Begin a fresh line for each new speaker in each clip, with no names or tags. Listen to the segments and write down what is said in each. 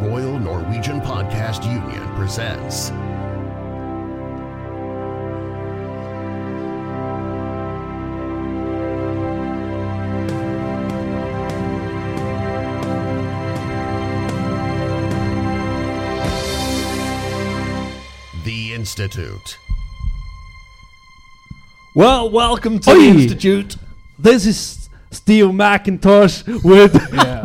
Royal Norwegian Podcast Union presents. The Institute.
Well, welcome to the
Oi.
Institute.
This is Steve McIntosh with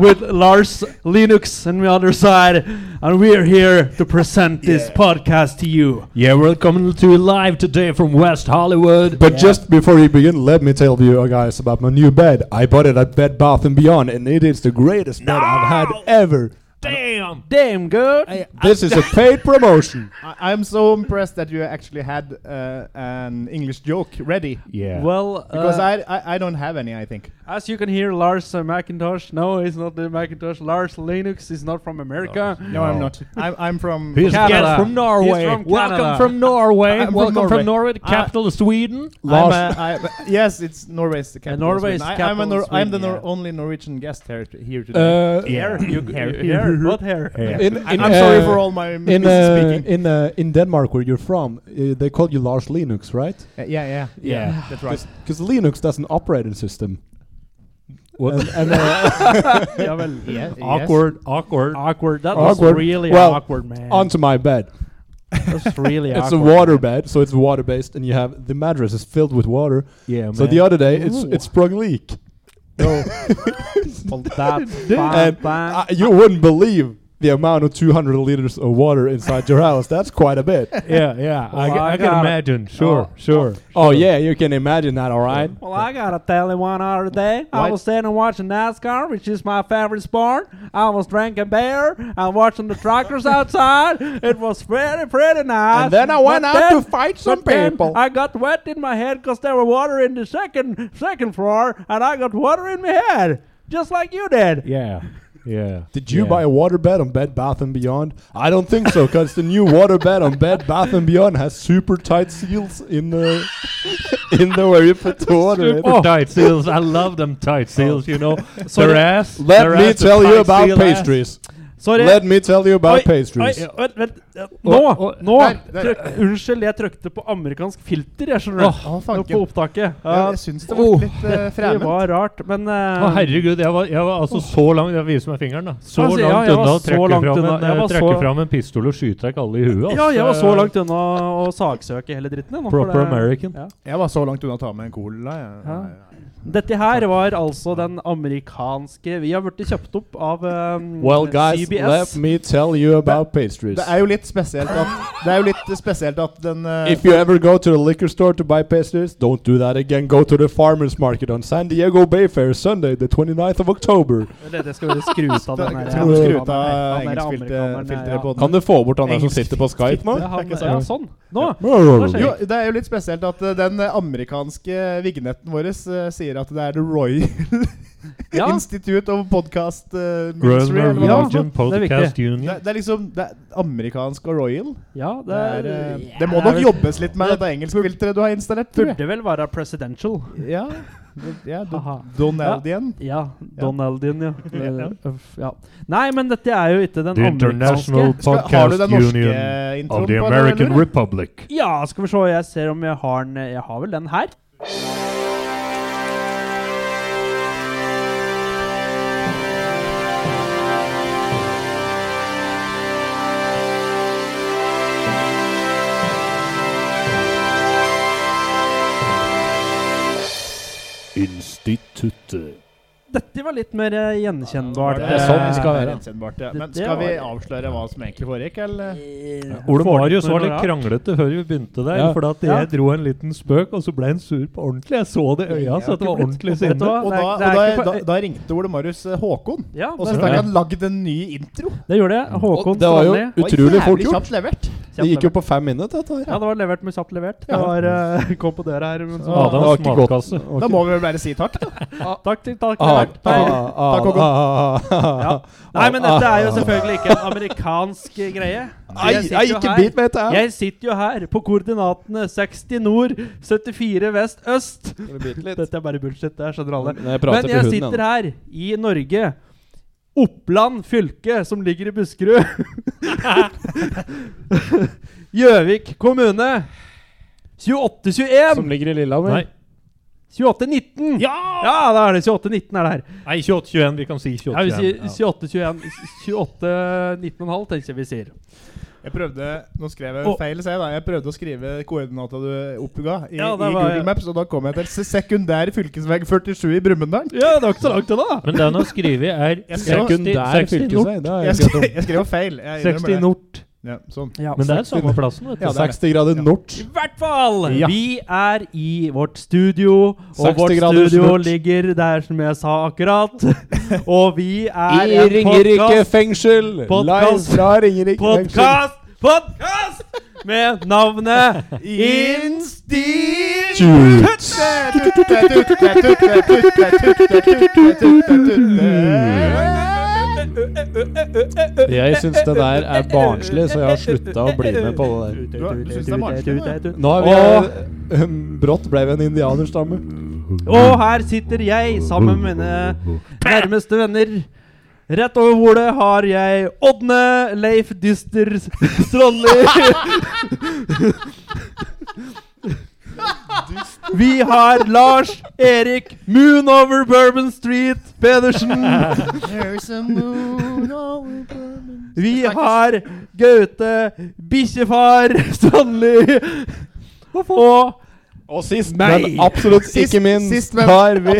with Lars Linux on the other side, and we're here to present this podcast to you.
Yeah, we're coming to you live today from West Hollywood.
But just before you begin, let me tell you uh, guys about my new bed. I bought it at Bed Bath and Beyond, and it is the greatest bed I've had ever.
damn,
Damn good.
This is a paid promotion.
I, I'm so impressed that you actually had uh, an English joke ready.
yeah.
Well,
Because
uh,
I, I I don't have any. I think.
as you can hear, Lars uh, McIntosh. No, he's not the McIntosh. Lars Linux is not from America.
No, I'm not. I'm I'm from.
He's
Canada.
guest from Norway.
He's from
Welcome
Canada. Uh,
from Norway.
I'm from
Welcome
Norway.
from Norway, the capital of Sweden.
I'm a, I, yes, it's Norway's the capital.
Norway
of
is
Sweden. I,
capital
I'm, a
of
Nor- I'm the
Sweden,
Nor-
yeah.
only Norwegian guest here, t- here today.
Uh,
Hair, you,
Hair.
hair, what hair?
in, in,
I'm sorry
uh,
for all my
In
mispeaking.
uh,
speaking.
in uh, in Denmark, where you're from, uh, they call you Lars Linux, right?
Uh, yeah, yeah,
Yeah.
That's right.
Because Linux does an operating system.
What?
And, and, uh,
Yeah, well,
Yeah, yes.
Awkward, awkward.
Awkward. That was
Awkward.
really
Well,
awkward, man.
onto my bed.
That's really
It's a
awkward.
water bed, so it's water based, and you have the mattress is filled with water.
Yeah,
So the other day, it's it sprung leak,
Well, that
and uh, you wouldn't believe the amount of 200 liters of water inside your house. That's quite a bit.
yeah, yeah. I,
Oh,
Well,
ca-
I
I can
got it.
imagine. Sure, sure.
Oh yeah, you can imagine that. All right.
Well, I gotta tell you one other day. I
What?
was sitting watching NASCAR, which is my favorite sport. I was drinking beer and watching the truckers outside. It was pretty, pretty nice.
And then I went
But
out to
then-
fight some
but then
people.
I got wet in my head because there were water in the second second floor, and I got water in my head, just like you did.
Yeah, yeah.
Did you
yeah.
buy a water bed on Bed Bath and Beyond? I don't think so, because the new water bed on Bed Bath and Beyond has super tight seals in the in the where you put the water in.
Super tight seals. I love them tight seals. You know, so their ass.
Let
their
me
ass, the
tell you
tight
about
seal ass.
pastries.
So det-
Let me tell you about
Oi,
pastries.
oi, vent, vent, eh, Nå!
og-
nå
Der, der.
trykk- unnskyld, jeg trykte på amerikansk filter, jeg skjønner du.
Å,
Nå
fanken.
på opptaket.
Ja,
Ja,
jeg syns det var litt eh,
Uh, det
fremmed.
var rart, men eh,
Å, herregud, jeg var, jeg var altså så langt Jeg viser meg fingeren, da. Så
Altså, ja,
langt
jeg var
unna å
så
trekke,
langt
fram,
unna.
en,
Jeg
eh,
var
trekke
så-
fram en pistol og skyte deg alle i huet.
Ja,
altså.
jeg var så langt unna å saksøke hele dritten. jeg, nå, for
Proper
det-
American.
Ja.
Jeg var så langt unna å ta med en cola. Jeg.
Dette her var altså den amerikanske Vi har blitt kjøpt opp av um,
Well, guys, let
CBS.
me tell you about pastries.
Det er jo litt spesielt at Det er jo litt spesielt at den eh,
If you ever go to the liquor store to buy pastries, don't do that again. Go to the farmer's market on San Diego Bay Fair Sunday, the 29th of October.
Eller, det skal vi skru ut av den her.
Skal vi skru ut av
Han er
engelskfilte-
amerikaneren,
filteret
ja.
på den?
Kan du få bort han der som
Engelsk
sitter på Skype nå?
Ja, han,
Det er ikke
ja, sånn. Nå!
Ja.
skjer
Jo,
det.
det er jo litt spesielt at eh, den amerikanske vignetten vår eh, sier at det er The Royal
Ja,
Institute of Podcast eh,
Royal
Ministry. eller hva det er for
Norwegian
Ja, det er
Podcast
noe.
Union.
Det, det er liksom det er amerikansk og royal.
ja
Det,
det,
er, eh,
ja,
det må
er
nok
vel-
jobbes litt med dette engelskfilteret du har installert. Tror jeg.
Burde vel være presidential.
Ja, det- ja do,
Aha.
Donaldian.
Ja, Donaldin, ja. Eh, uff, ja. Nei, men dette er jo ikke den
The International
amerikanske.
Skal, har du
Podcast
den norske
Union
introen
of the
på det,
American
eller?
Republic.
Ja, skal vi se. Jeg ser om jeg har den Jeg har vel den her.
Instituttet.
Dette var litt mer eh, gjenkjennbart. eh,
det er sånn det skal være.
Gjenkjennbart, ja. Men
Det- det
skal vi
var-
avsløre hva som egentlig foregikk, eller?
Ole
Får
Marius
den
var
på
litt
noe, ja.
kranglete før vi begynte der.
Ja.
For at jeg
Ja.
dro en liten spøk, og så ble han sur på ordentlig. Jeg så det i øya, så det var ordentlig
Vet du
sinne.
hva?
Og
Det er-
da,
det er
og da,
ikke
da,
for-
da ringte Ole Marius eh, Håkon.
Ja,
Og så
det,
stemmer.
fikk han lagd en ny intro.
det gjorde jeg. Håkon
Og det var jo
Strandli.
Det var
utrolig fort
jævlig
gjort.
kjapt levert.
Det gikk jo på fem minutter, dette her.
Ja, det var levert med kjapt levert. Det
Ja.
var, eh, kom på døra her. Men så,
Ja,
Adams
det
Det var ikke godt.
matkasse.
Ok.
Da må vi vel bare si takk, da.
Takk til takk. til- Nei,
Ah, ah, ah,
Takk, Håkon.
ah, ah,
ja.
ah.
Nei, men dette er jo selvfølgelig ikke en amerikansk eh, greie.
Ai,
Jeg sitter
ai,
jo
ikke
her.
bit meg etter her.
Jeg sitter jo her på koordinatene 60 nord, 74 vest, øst. Dette er bare bullshit. Det skjønner alle.
Nei, jeg prater
Men
til
jeg
hunden,
sitter her i Norge, Oppland fylke, som ligger i Buskerud. Gjøvik kommune. 28-21.
Som ligger i Lillehammer?
Nei.
28-19.
Ja!
ja, da er det 28-19 er det her.
Nei, 28-21. Vi kan si
Ja, vi
28-21.
sier 28-21. 28-19,5 tenker jeg vi sier.
Jeg prøvde Nå skrev jeg
Å.
feil, ser jeg da. Jeg prøvde å skrive koordinata du oppga i,
Ja, det
i
var
Google
jeg.
Maps, og da kom jeg til se- sekundær fylkesveg 47 i Brumunddal.
Ja, det var ikke så langt unna.
Men den hun skriver, er
Jeg så-
60,
Sekundær
60 nord.
fylkesvei. Det er
Jeg,
jeg ikke
skrev,
helt om.
jeg skrev jo feil. Jeg innrømmer
60
det.
nord.
Ja, sånn.
Ja.
Men det er samme plassen, vet du.
Ja, det er det.
60 grader nord.
I hvert fall!
Ja.
Vi er i vårt studio, og
60
vårt
grader
studio
snurt.
ligger der som jeg sa akkurat. og vi er
I Ringerike fengsel! Live
Podcast.
fra Ringerike fengsel.
podkast Podkast! Med navnet Innstil...
Jeg syns det der er barnslig, så jeg har slutta å bli med på det der.
Du, du synes det er barnslig,
Nå er vi Brått ble vi en indianerstamme.
Og her sitter jeg sammen med mine nærmeste venner. Rett over bordet har jeg Ådne Leif Dyster Strandli. Vi har Lars Erik Moon over Bourbon Street Pedersen.
There's a moon over Burma.
Vi har Gaute Bikkjefar Strandli. Og
Og sist,
Nei.
men absolutt
Sist-
ikke minst,
sist, men-
har vi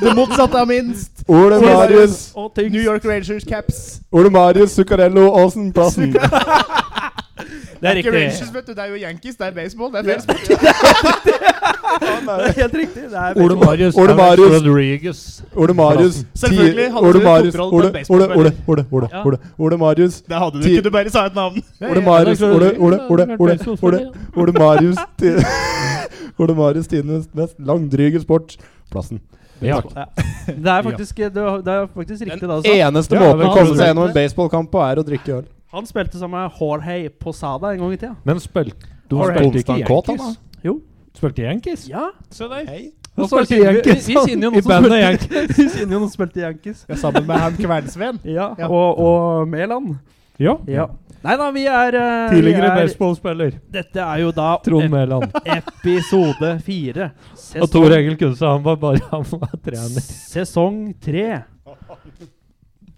Det motsatte av minst.
Ole Marius,
og tyngst.
New York Rangers caps.
Ole Marius Zuccarello Aasen Plassen.
Det er
Ikke
riktig.
Rangers, vet du. Det er jo Yankees. Det er baseball. Det er felles sport.
Det er helt riktig. Det er
Ole Marius,
Ole Marius.
Rodriguez.
Ole Marius
Selvfølgelig
ti-
hadde
Ole
du
Marius
kontroll på
Ole, Ole,
baseballballer.
Ole, Ole, Ole,
Ja.
Ole, Ole Marius
Det hadde du
Ti-
ikke. Du bare sa et navn.
Ole Marius Ole, Ole, Ole, Ole, Ole, Ole Marius ti- Ole Marius tidenes mest langdryge sport. Plassen.
Ja.
Ja. Det er faktisk, det er, det er faktisk riktig, det. Altså.
Eneste
Ja,
måten
men
å komme
absolutt.
seg gjennom en baseballkamp på, er å drikke øl.
Han spilte sammen med Jorge Posada en gang i tida.
Men spilte du
Har
spilte ikke
Konstant kåt, han,
Yankees?
Jo.
Spilte Yankees?
Ja.
Se der.
Han
spilte
spilte i
Yankees,
Vi, vi
han.
kjenner jo
I
noen som
bandet
spilte
Yankees.
Vi kjenner jo noen som spilte i Yankees.
Sammen med han Kvernsveen.
Ja,
Ja.
Og, og Mæland.
Ja.
Ja. Nei da, vi er eh,
Tidligere
vi er,
baseballspiller.
Dette er jo da
Trond
ep-
Mæland.
episode fire.
Og Tor Egil Kunse, han var bare han var trener.
sesong tre.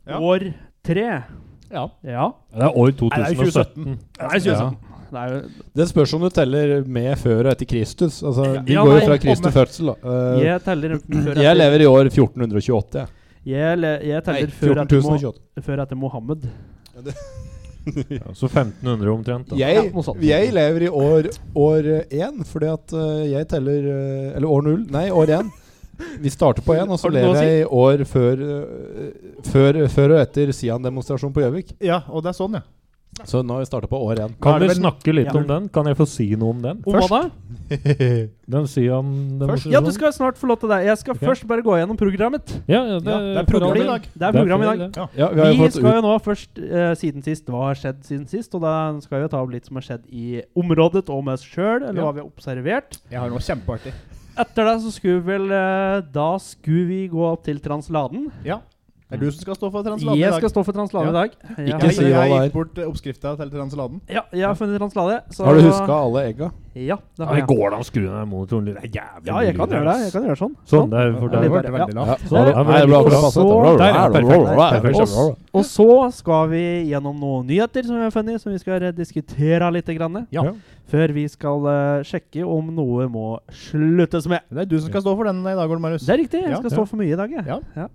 Ja.
År tre.
Ja.
Ja.
Det er år
Nei, det er 2017.
Det er 2017.
Ja.
Det er jo
Det spørs om du teller med før og etter Kristus. Altså, vi
Ja,
går
nei,
jo fra
om-
Kristus fødsel, da. Eh,
Jeg teller før
jeg lever i år 1428, jeg.
Jeg, le, jeg
Nei,
teller før, etter Mo,
14028.
før etter Mohammed.
Ja, så 1500 omtrent. da.
Jeg,
Ja, noe sånt.
jeg lever i år år én, fordi at eh, jeg teller eh, Eller år null. Nei, år én. Vi starter på én, og så
Har du noe å
lever jeg i år før, eh, før, før og etter Sian-demonstrasjonen på Gjøvik.
Ja, og det er sånn, ja.
Så nå har vi starta på år én.
Kan
Er det vel-
vi snakke litt
Ja.
om den? Kan jeg få si noe om den?
Om hva da?
Den sier han den
Først?
må-
Ja, du skal snart få lov til det. Jeg skal
Ok.
først bare gå gjennom programmet.
Ja, ja, det,
Ja, det er program i dag.
Det er program i dag.
Ja, vi har jo
Vi
fått
skal
ut
jo nå først eh, siden sist hva har skjedd siden sist. Og da skal vi jo ta opp litt som har skjedd i området og med oss sjøl, eller
Ja.
hva vi har observert.
Jeg har noe kjempeartig.
Etter det så skulle vi vel eh, Da skulle vi gå opp til Transladen.
Ja. Det er du som skal stå for transladen
Jeg
i
skal
dag.
stå for Transladen i dag. Jeg
Ikke
Jeg,
si
jeg,
hva det er.
gikk bort eh, oppskrifta til transladen.
Ja, jeg har funnet Translade. så-
Har du huska alle egga?
Ja, det har
Nei,
jeg.
går det an å skru ned monitoren? Det er jævlig
Ja, jeg kan
mye
gjøre
lyd,
det. Jeg
ass.
kan gjøre sånn.
Sånn, det er for
Det
Ja,
har
deg.
bare-
vært
ja.
veldig lavt.
Ja, det er bra, bra, passet.
Og så-
Der, ja, perfekt.
Der,
Perfekt.
ja,
Og, s- og så skal vi gjennom noen nyheter som vi har funnet, som vi skal eh, diskutere litt. Grann,
Ja.
før vi skal eh, sjekke om noe må sluttes med.
Det er du som skal stå for den i dag, Ole Marius.
Det er riktig. Jeg
Ja,
skal
ja.
stå for mye i dag. Jeg.
Ja.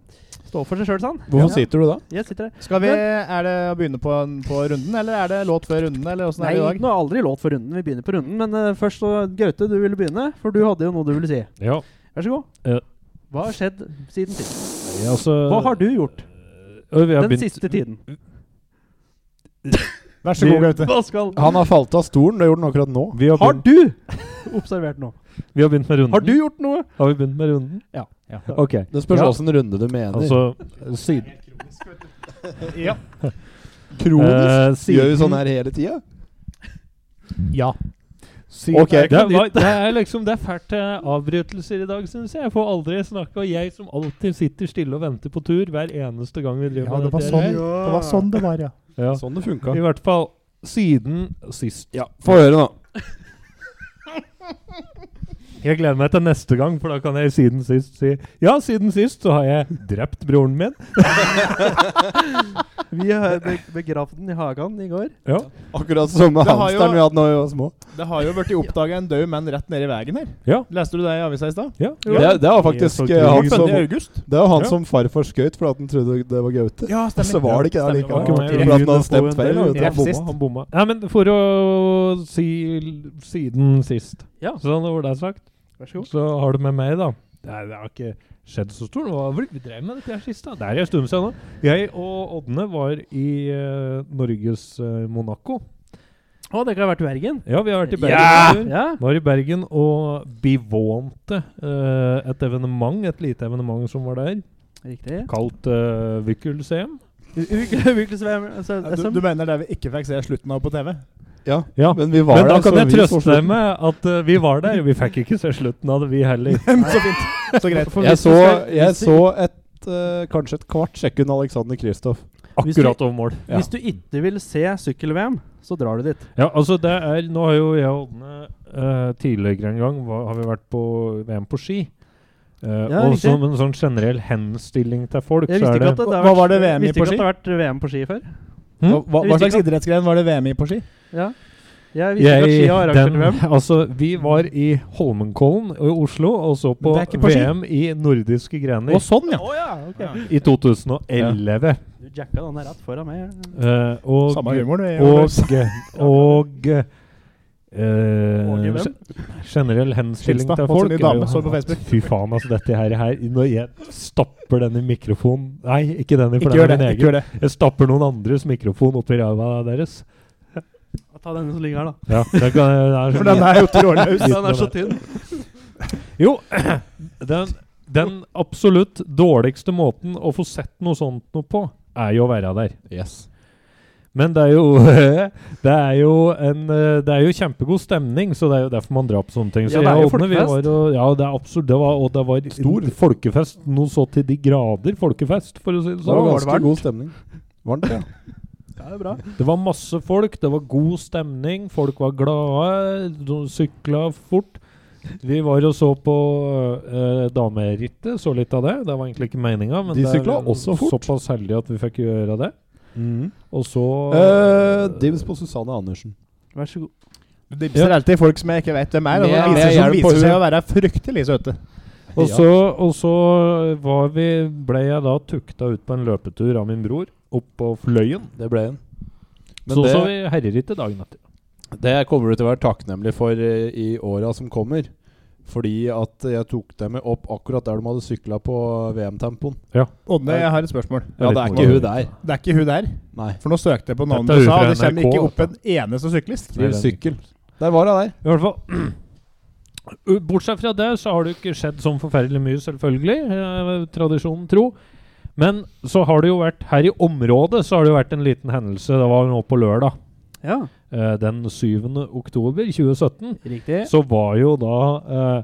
Stå for seg sjøl, sann.
Hvorfor sitter du da?
Jeg sitter her.
Skal vi, er det å begynne på, på runden, eller er det låt før runden? Eller åssen
Nei,
er det i dag?
nå har aldri låt for runden. Vi begynner på runden. Men eh, først, så, Gaute, du ville begynne, for du hadde jo noe du ville si.
Ja.
Vær så god.
Ja.
Hva har skjedd siden sist?
Ja, altså,
Hva har du gjort
Og vi har
den
begynt-
siste tiden?
Vær så god, Gaute.
Hva skal
Han har falt av stolen, det gjorde han akkurat nå.
Vi har,
Har
begynt,
du observert noe?
vi har begynt med runden.
Har du gjort noe?
Har vi begynt med runden?
Ja.
Ok.
Det spørs
Ja.
åssen runde du mener.
Altså, siden,
Ja.
Kronisk?
eh,
Gjør vi
siden,
sånn her hele tida?
ja.
Si
Ok,
nei,
Det er,
kan
hva- det er liksom Det er fælt eh, avbrytelser i dag, syns jeg. Jeg får aldri snakka. Og jeg som alltid sitter stille og venter på tur hver eneste gang vi driver
Ja, det
med
var
dette
sånn.
her.
Det var sånn det var, ja.
Ja.
Sånn det funka.
I hvert fall siden sist.
Ja, Få høre, da.
Jeg gleder meg til neste gang, for da kan jeg siden sist si Ja, siden sist så har jeg drept broren min.
Vi har be- begravd den i hagen i går.
Ja.
Akkurat som med
Det har
hamsteren
jo-
vi hadde da vi var små.
Det har jo blitt oppdaga en død mann rett nede i veien her.
Ja.
Leste du det i avisa i stad?
ja.
Det, det var faktisk
Jeg så
eh, han
krig.
som,
Funnet i august.
det var han
Ja.
som farfar skjøt fordi at han trodde det var Gaute.
Ja,
Og så var det ikke det
var ikke
likevel.
meg.
Fordi at han hadde stemt feil. vet
Han
du.
Ja.
bomma. Han bomma. Nei, men for å si l- siden sist,
Ja.
så når det er sagt,
Vær så god.
så har du med meg, da. Nei, det har ikke skjedd så stort. Hva var det vi drev med dette her sist? da? Det er en stund siden nå. Jeg og Ådne var i eh, Norges eh, Monaco.
Å, dere har vært i Bergen?
Ja, vi har vært i Bergen. en tur.
Ja.
Var i Bergen og bivånte eh, et evenement, et lite evenement som var der,
Riktig.
kalt uh, Vykkelsem.
Du, du mener det vi ikke fikk se slutten av på TV?
Ja.
Ja.
Men vi var
Men da
der,
kan
så
jeg
vi så
trøste deg
slutten.
med at eh, vi var der. Vi fikk ikke se slutten av det, vi heller.
så fint. Så greit.
Jeg så, jeg så et, eh, kanskje et kvart sekund Alexander Kristoff.
Hvis du-
Akkurat over mål. Ja.
Hvis du ikke vil se sykkel-VM, så drar du dit.
ja, altså det er Nå har jo jeg og Ådne eh, tidligere en gang var, har vi vært på VM på ski. Eh,
Ja,
og
riktig.
som en sånn generell henstilling til folk,
Jeg visste ikke at det, det har
Hva
vært-
var det VM i
visste ikke
på
at det har vært VM på ski før.
Mm?
Hm?
Hva, hva, hva
Jeg visste
slags
ikke
idrettsgren var det VM i på ski?
Ja. Jeg visste ikke at ski har arrangert VM.
altså, vi var i Holmenkollen og i Oslo og så på,
det er ikke på ski.
VM i nordiske grener
Å, sånn, ja.
i 2011.
Du jacka den her rett foran meg.
Eh, og
Samme humoren. vi gjorde.
og, og eh,
Og i hvem?
gen- generell henstilling
Skilstad,
til
fått
folk.
sin nye dame, så på Facebook.
Fy faen, altså, dette her, her Når jeg stapper denne mikrofonen Nei, ikke denne, for
Ikke
den
gjør
er
det.
min
ikke
egen.
gjør det.
Jeg stapper noen andres mikrofon oppi ræva deres.
Ta denne som ligger her, da.
Ja, det kan, det er så
For den er jo trådløs.
Den er så tynn.
Jo, den, den absolutt dårligste måten å få sett noe sånt noe på, er jo å være der.
Yes.
Men det er jo Det er jo, en, eh, det er jo kjempegod stemning, så det er jo derfor man drar på sånne ting.
Ja,
Så
det er
jeg
jo
og Ådne, vi
folkefest.
var jo- Ja, det er absolutt det var, Og det var stor folkefest. Noe så til de grader folkefest, for å si det
Så det var
sånn.
ganske god stemning. Varmt, ja.
Det var masse folk, det var god stemning, folk var glade, de sykla fort. Vi var og så på eh, damerittet, så litt av det. Det var egentlig ikke meninga, men
De
det er
sykla også fort.
såpass heldige at vi fikk gjøre det.
Mhm.
Og så
Eh, Dibs på Susanne Andersen.
Vær så god.
Du dipser alltid folk som jeg ikke vet hvem er, og
Med-
som
med
viser, som
hjelp på
viser seg
huet.
å være fryktelig søte.
Og
Ja.
så, og så var vi, ble jeg da tukta ut på en løpetur av min bror opp på Fløyen.
Det ble en. Men
så
det,
så vi herrerittet dagen etter.
det kommer du til å være takknemlig for eh, i åra som kommer. Fordi at jeg tok dem med opp akkurat der de hadde sykla på eh, VM-tempoen.
Odne, jeg har et spørsmål.
Ja, det er ikke hun der.
Det er ikke hun der,
Nei.
for nå søkte jeg på navnet
Dette
du
er hun
sa, og det
fra
kommer ikke
NRK,
opp en eneste syklist.
Nei,
Skriv
det er
sykkel. Der var hun der.
I hvert fall U- Bortsett fra det så har det jo ikke skjedd sånn forferdelig mye, selvfølgelig. eh, Tradisjonen tro. Men så har det jo vært her i området så har det jo vært en liten hendelse. Det var nå på lørdag.
Ja,
eh, Den 7. oktober 2017
riktig.
så var jo da eh,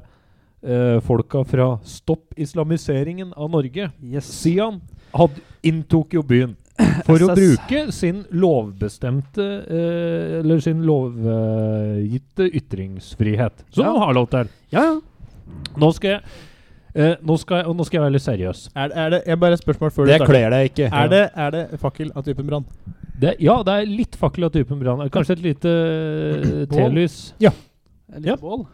eh, folka fra Stopp islamiseringen av Norge,
Yes.
Sian, had, inntok jo byen. For å
SS.
bruke sin lovbestemte eh, Eller sin lovgitte ytringsfrihet. Som
Ja.
de har lov til.
Ja, ja.
Nå skal jeg eh, nå, skal jeg, og nå skal jeg være litt seriøs.
Er, er det, jeg bare et spørsmål før
Det
du starter.
kler deg ikke.
Er det, er det fakkel av typen brann?
Det, ja, det er litt fakkel av typen brann. Kanskje et lite eh, telys.
Er
Ja.
det bål?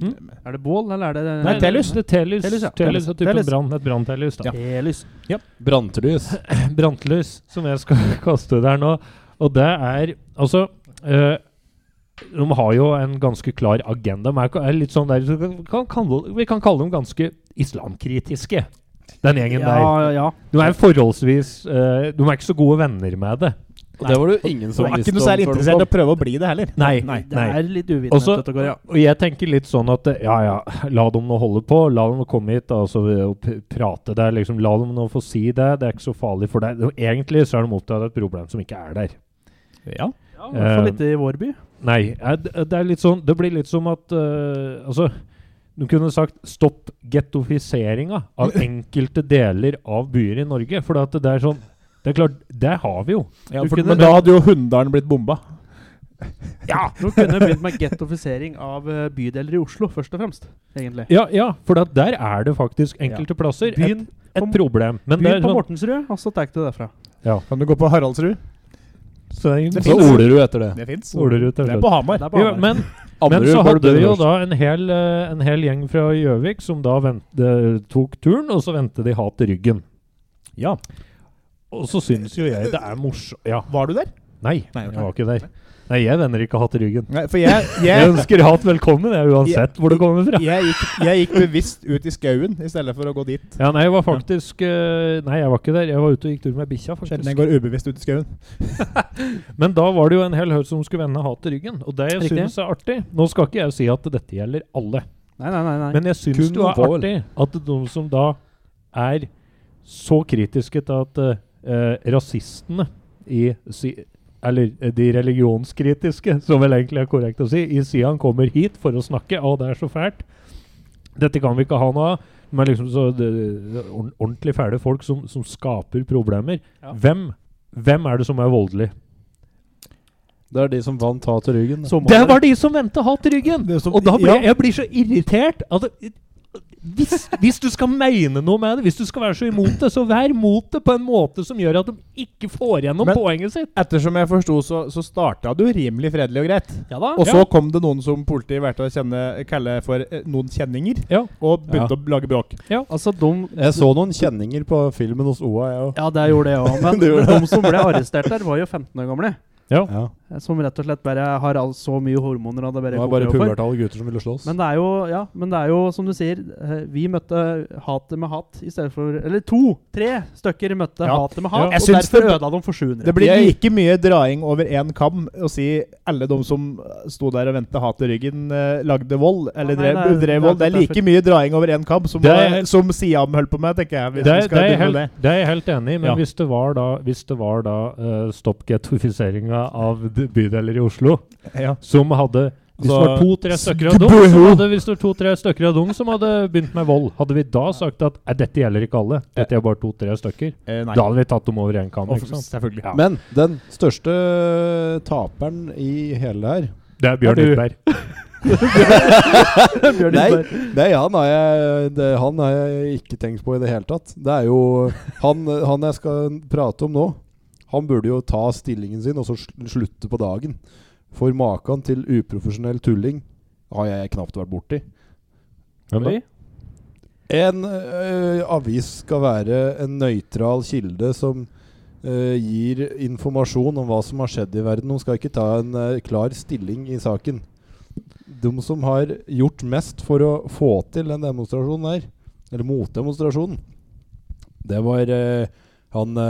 Mm.
Er det bål, eller er det
Nei, telys. Det er telys.
Telys, ja.
Telys av typen
Telys.
brann. Et branntelys, da.
Telys.
Brantelys.
brantlys som jeg skal kaste der nå. Og det er Altså eh, De har jo en ganske klar agenda. De er, ka- er litt sånn der, så kan, kan, kalle- vi kan kalle dem ganske islamkritiske, den gjengen der.
Ja, ja.
De er forholdsvis eh, De er ikke så gode venner med det.
Og det var det jo ingen
Så
som
det er
visste
ikke noe særlig
før de
interessert i
kom.
å prøve å bli det heller.
Nei.
Det er litt uvitenhet
Også,
dette går, ja.
og jeg tenker litt sånn at eh, ja, ja, la dem nå holde på. La dem komme hit da, og så eh, og p- prate der. Liksom, la dem nå få si det. Det er ikke så farlig for deg. Egentlig så er de opptatt av et problem som ikke er der.
Ja.
ja I hvert fall litt i vår by.
Nei. eh, d- Det, er litt sånn, det blir litt som at eh, Altså, de kunne sagt 'stopp gettofiseringa' av enkelte deler av byer i Norge. For at det er sånn Det er klart, det har vi jo.
Ja,
Du
for,
kunne
men da hadde jo Hunndalen blitt bomba.
Ja! Nå kunne jeg begynt med gettofisering av eh, bydeler i Oslo, først og fremst. egentlig.
Ja, ja for at der er det faktisk enkelte plasser et,
Byen,
et
på-
problem. Men det
byen
er
på
sånn,
Mortensrud, og så tar du det derfra.
Kan du gå på Haraldsrud?
så det er ingen-
Det
Så
finnes-
oler du etter det.
Det fins.
Olerud til
Det er
slutt.
på Hamar.
Det er
Jo,
bare
men, men
Ammerud
så
var det
hadde vi jo
dødest.
da en hel, eh, en hel gjeng fra Gjøvik som da vente, tok turen, og så vendte de hat til ryggen.
Ja.
Og så syns jo jeg det er morsomt Ja.
Var du der?
Nei,
Nei,
jeg
nei.
var ikke der. Nei, jeg vender ikke hat til ryggen.
Nei, for jeg,
Jeg
jeg,
ønsker hat velkommen, jeg, uansett hvor det kommer fra.
jeg, gikk, jeg gikk bevisst ut i skauen i stedet for å gå dit.
Ja, nei, jeg var faktisk eh, Nei, jeg var ikke der. Jeg var ute og gikk tur med bikkja,
Sjelden jeg
faktisk.
går ubevisst ut i skauen.
Men da var det jo en hel haug som skulle vende hat til ryggen, og det jeg
Riktig.
syns er artig Nå skal ikke jeg si at dette gjelder alle,
Nei, nei, nei. nei.
men jeg syns
Kun
det var
noen få,
artig at de som da er så kritiske til at eh, rasistene i si, eller eh, de religionskritiske, som vel egentlig er korrekt å si, i Sian kommer hit for å snakke. Å, det er så fælt. Dette kan vi ikke ha noe av. De er liksom så det, det, ord- ordentlig fæle folk som, som skaper problemer.
Ja.
Hvem, hvem er det som er voldelig?
Det er de som vant hat til ryggen. da.
Det var de som vendte hat i ryggen!
Det som-
og da blir
ja.
jeg blir så irritert. Altså, hvis, hvis du skal mene noe med det, hvis du skal være så imot det, så vær mot det på en måte som gjør at de ikke får gjennom
Men-
poenget sitt.
Ettersom jeg forsto, så, så starta det jo rimelig fredelig og greit.
Ja da.
Og så kom det noen som politiet valgte å kjenne, kalle for eh, noen kjenninger,
Ja.
og
Ja.
begynte å lage bråk.
Altså, dum
Jeg så noen kjenninger på filmen hos Oa, jeg òg.
Ja, det gjorde jeg òg. Men
Det gjorde
de som ble arrestert der, var jo 15 år gamle.
Ja.
eh, Som rett og slett bare har all, så mye hormoner og det
Det
bare
var bare
koker over.
pubertale gutter som ville slåss.
Men det er jo, ja, men det er jo som du sier, eh, vi møtte hatet med hat i stedet for Eller to, tre stykker møtte
Ja.
hatet med hat,
Ja. Jeg
og
syns
derfor
det-
ødela de for 700.
Det blir
Jeg-
like mye draing over én kam å si alle de som sto der og vendte hat i ryggen, eh, lagde vold, eller
Ja, nei,
drev,
det er-
drev vold. Det er
det er
like mye draing over én kam som,
Det er-
som Siam holdt på med, tenker jeg. Hvis
Det,
vi
er-
skal
det, er jeg
begynne
helt,
med
det er jeg helt enig i, men
Ja.
hvis det var da, hvis det var da eh, stopp gettofiseringa av d- bydeler i Oslo,
det. Ja.
som hadde hvis det
Altså,
var to-tre stykker av dem som hadde, hvis det var to-tre stykker av dem som hadde begynt med vold, hadde vi da sagt at «Nei, dette gjelder ikke alle, dette er bare to-tre stykker?
Eh, nei.
Da hadde vi tatt dem over én kam.
Og-
ikke sant?
Selvfølgelig. Ja.
Men den største taperen i hele her
Det er Bjørn
Ja, du-
Utberg.
Nei, nei han, har jeg, det, han har jeg ikke tenkt på i det hele tatt. Det er jo han, han jeg skal prate om nå. Han burde jo ta stillingen sin og så sl- slutte på dagen. For maken til uprofesjonell tulling har jeg knapt vært borti.
Hvem da?
Oi.
En ø, avis skal være en nøytral kilde som ø, gir informasjon om hva som har skjedd i verden. De skal ikke ta en ø, klar stilling i saken. De som har gjort mest for å få til den demonstrasjonen der, eller motdemonstrasjonen, det var ø, han ø,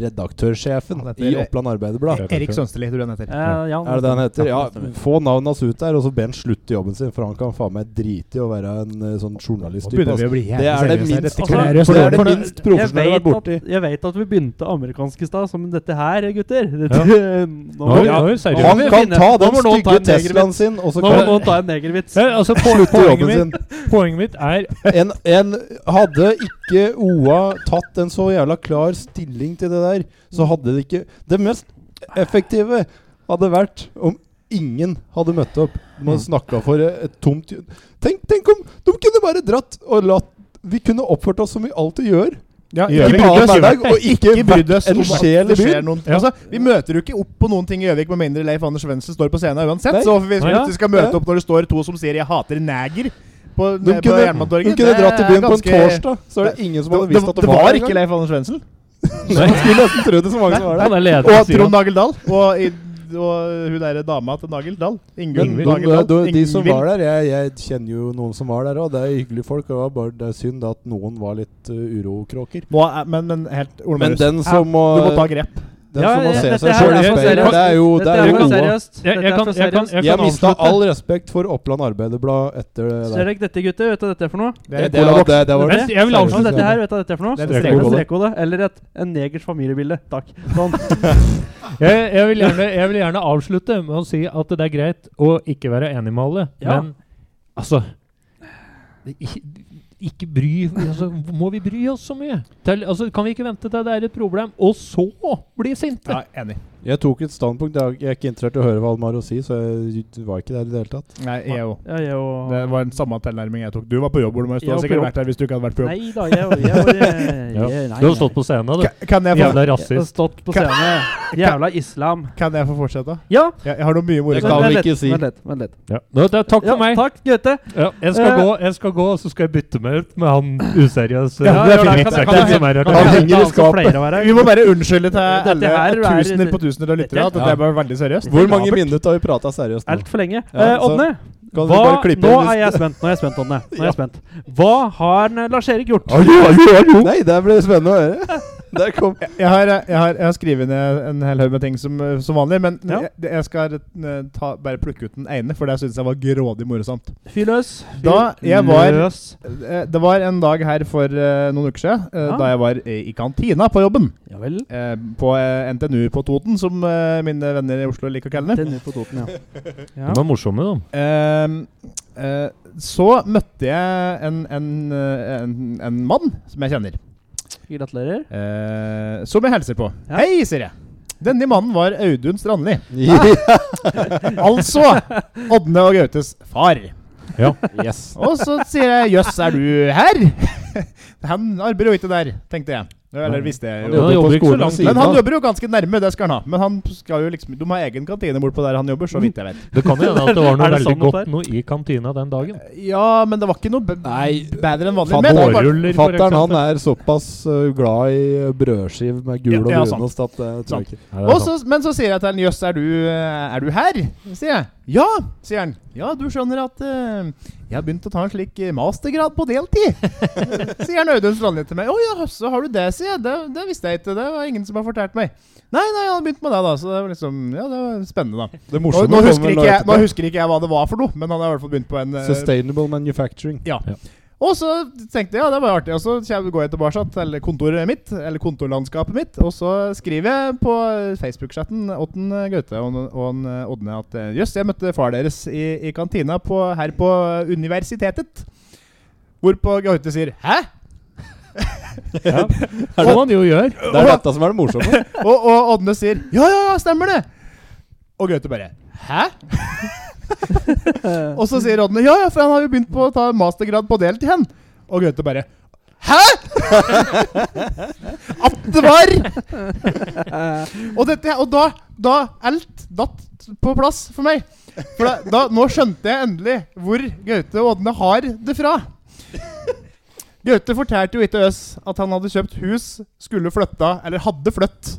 redaktørsjefen
Han heter
i
Erik-
Oppland Arbeiderblad.
Erik Sønsteli, tror jeg han heter.
Eh, ja,
Er det det han heter? Ja,
stemmer.
Få navnet hans ut der, og så be han slutte i jobben sin, for han kan faen meg drite i å være en ø, sånn
Nå
journalisttype.
begynner vi å bli
Det er det
seriøse her.
minst,
Dette
Altså,
kan-
det er det
for-
minst profesjonelle jeg har vært
vet
borti.
at, jeg vet at vi begynte amerikansk i stad, som dette her, gutter. Dette,
Ja.
nå,
Nå,
må-
ja, jo, seriøst.
Han
må vi
kan
finne-
ta
nå
den
må noen ta
stygge
en
Teslaen
negervits.
sin, og så
Nå må
kan
noen ta en negervits.
Ja, altså, po
slutte i
poenget,
jobben sin.
mitt, poenget mitt er
En, en Hadde ikke OA tatt en så jævla klar stilling til det der, så hadde det ikke Det mest effektive hadde vært om ingen hadde møtt opp. Man snakka for et tomt Tenk, tenk om de kunne bare dratt og latt Vi kunne oppført oss som vi alltid gjør.
Ja,
I Gjøvik.
bryr
Ikke
oss,
hverdag,
Gjøvik.
og ikke
bryr oss
en
om at
sjel i
det skjer
byen.
noen-
Ja.
Altså, vi møter jo ikke opp på noen ting i Gjøvik, med mindre Leif Anders Svendsen står på scenen uansett.
Nei.
Så hvis vi
Ja.
plutselig skal møte opp når det står to som sier 'jeg hater neger' på,
De
på
kunne, de
Jernbanetorget
kunne
det
dratt til
er
byen på en
ganske-
torsdag, så er det ingen som
Det,
hadde
det,
visst at
det var ikke Leif Anders Svendsen.
Man skulle nesten tro det så mange som var der.
Han er leder
Og
i Sian.
Trond Nagel Dahl. Og, i- og hun derre dama til Nagel Dahl.
Men
Ingunn
de,
Nagel Dahl.
de, de som
Ingvild.
var der, jeg, jeg kjenner jo noen som var der òg. Det er hyggelige folk. og Det, var bare, det er synd at noen var litt uh, urokråker.
Nå er, men, men helt Ole
Men
Marius,
den som må,
du må ta grep.
Den
Ja,
som må
ja,
se
dette
seg
her er
sjøl
for
i speilet,
seriøst.
det er jo det
Dette
er
er
jo
for
noe.
seriøst.
Jeg- jeg
Dette er
kan-
for
jeg kan-
seriøst.
jeg-
Jeg
kan
mista
avslutte.
all respekt for Oppland Arbeiderblad etter det
Ser
der.
dere dette, gutter? Vet dere hva dette er for noe?
Det er
Det var-
Colabox.
det- det var-
Men jeg vil
Og
avslutte
dette her, vet du hva dette er for noe?
Det er
Det
en
er
strekkode.
en strekkode. Eller et, en negers familiebilde. Takk. Sånn.
jeg, jeg, vil gjerne, jeg vil gjerne avslutte med å si at det er greit å ikke være enig med alle,
Ja.
men altså det- i- Ikke bry altså, Må vi bry oss så mye? Til, altså, kan vi ikke vente til det er et problem, og så bli sinte?
Ja, enig.
Jeg tok et standpunkt. Jeg jeg er ikke interessert i å høre hva Almar har å si, så jeg var ikke der i det hele tatt.
Nei, jeg òg.
Ja, jeg og
Det var den samme tilnærming jeg tok. Du var på jobb, Olmar. Du
Jeg
hadde
var på
sikkert
jobb.
vært der hvis du ikke hadde vært på jobb.
Nei da, jeg og jeg og jeg-
Ja.
jeg- nei,
Du har
nei.
stått på scenen, du.
altså.
Ka- Kan jeg, få,
Jævla
Jeg har
rasist.
stått på scenen. Jævla islam.
kan jeg få fortsette?
Ja!
Jeg, jeg har noe mye moro.
Det kan
vent
vi
litt,
ikke si.
Vent litt. Vent litt.
Ja. Nå, det er takk for
Ja,
meg.
takk, Gaute.
Ja, jeg, skal
Eh.
gå, jeg skal gå, så skal jeg bytte meg ut med han useriøse
Ja,
det
gjør det. Kan- kan du-
som er her.
kan du-
Ja.
henger i skapet.
Vi må bare unnskylde til
Dette
alle
her er-
tusener på tusener av lyttere
Dette-
at dette var veldig seriøst.
Hvor mange minutter har vi prata seriøst nå?
Altfor lenge.
Ja,
Eh,
så-
Ådne,
Kan vi
hva,
bare klippe
nå
inn
er
hvis-
jeg spent. Nå er jeg spent, Ådne. Nå er jeg spent. Hva har eh, Lars-Erik gjort?
Nei, det blir spennende å høre. Der kom
Jeg har, jeg har, jeg har skrevet ned en hel haug med ting som, eh, som vanlig, men
Ja.
jeg, jeg skal eh, ta, bare plukke ut den ene, for det syns jeg var grådig morsomt.
Fyr løs. Fyr
Da jeg var-
løs.
Eh, Det var en dag her for eh, noen uker siden, eh,
Ja.
da jeg var eh, i kantina på jobben.
Ja vel.
Eh, På eh, NTNU på Toten, som eh, mine venner i Oslo liker å kalle det.
Den er på Toten, ja. ja.
De var morsomme, de.
Ehm, eh, så møtte jeg en, en, eh, en, en mann som jeg kjenner,
Gratulerer.
eh, som jeg hilser på.
Ja.
Hei, sier jeg. Denne mannen var Audun Strandli.
Ja.
Altså Ådne og Gautes far.
Yes.
Og så sier jeg 'jøss, er du her?' Han arbeider jo ikke der, tenkte jeg. Eller visste jeg jo.
Ja, jobber ikke så langt
Men han jobber jo ganske nærme, det skal han ha. Men han skal jo liksom De har egen kantine bortpå der han jobber, så vidt jeg vet.
Det kan jo hende at det var noe
Er det
veldig
sånn
godt
at det er?
noe i kantina den dagen.
Ja, men det var ikke noe b-
Nei,
bedre enn vanlig. Men det var-
Vårruller, for
Fattern han
eksempel.
er såpass øh, glad i øh, brødskiv med gul og
Ja, ja,
brunost at det tror jeg ikke
Nei, det er
Og
sant.
så, men så sier jeg til han Jøss, er, du- eh, er du her? sier jeg. Ja, sier han. Ja, du skjønner at eh, jeg har begynt å ta en slik eh, mastergrad på deltid. sier han Audun Strandli til meg. Å ja, så har du det, sier jeg. Det, det visste jeg ikke. Det var ingen som har fortalt meg. Nei, nei, han har begynt med det, da. Så det var liksom Ja, det var spennende, da.
Det
Nå,
morsomme
nå,
kommer
husker
vel
ikke jeg, nå
etterpå.
husker ikke jeg hva det var for noe, men han har i hvert fall begynt på en eh,
Sustainable manufacturing.
ja.
Ja.
Og så tenkte jeg ja, det var artig, og så kjem- går jeg tilbake til kontoret mitt, eller kontorlandskapet mitt, og så skriver jeg på Facebook-chatten Åtten Gaute og og en, eh, Ådne at eh, jøss, jeg møtte far deres i, i kantina på, her på universitetet. Hvorpå Gaute sier 'hæ?'
Ja. Det er det Sånn man jo gjør.
Det er dette som er det morsomme.
Og, og Ådne sier 'ja, ja, ja, stemmer det'. Og Gaute bare 'hæ?'
Eh,
og så sier Ådne 'ja, ja, for han har jo begynt på å ta mastergrad på deltid', hen'. Og Gaute bare 'hæ?! At det var! og, dette, og da, da alt datt på plass for meg. For da, da, nå skjønte jeg endelig hvor Gaute og Ådne har det fra. Gaute fortalte jo ikke oss at han hadde kjøpt hus, skulle flytta, eller hadde flytt,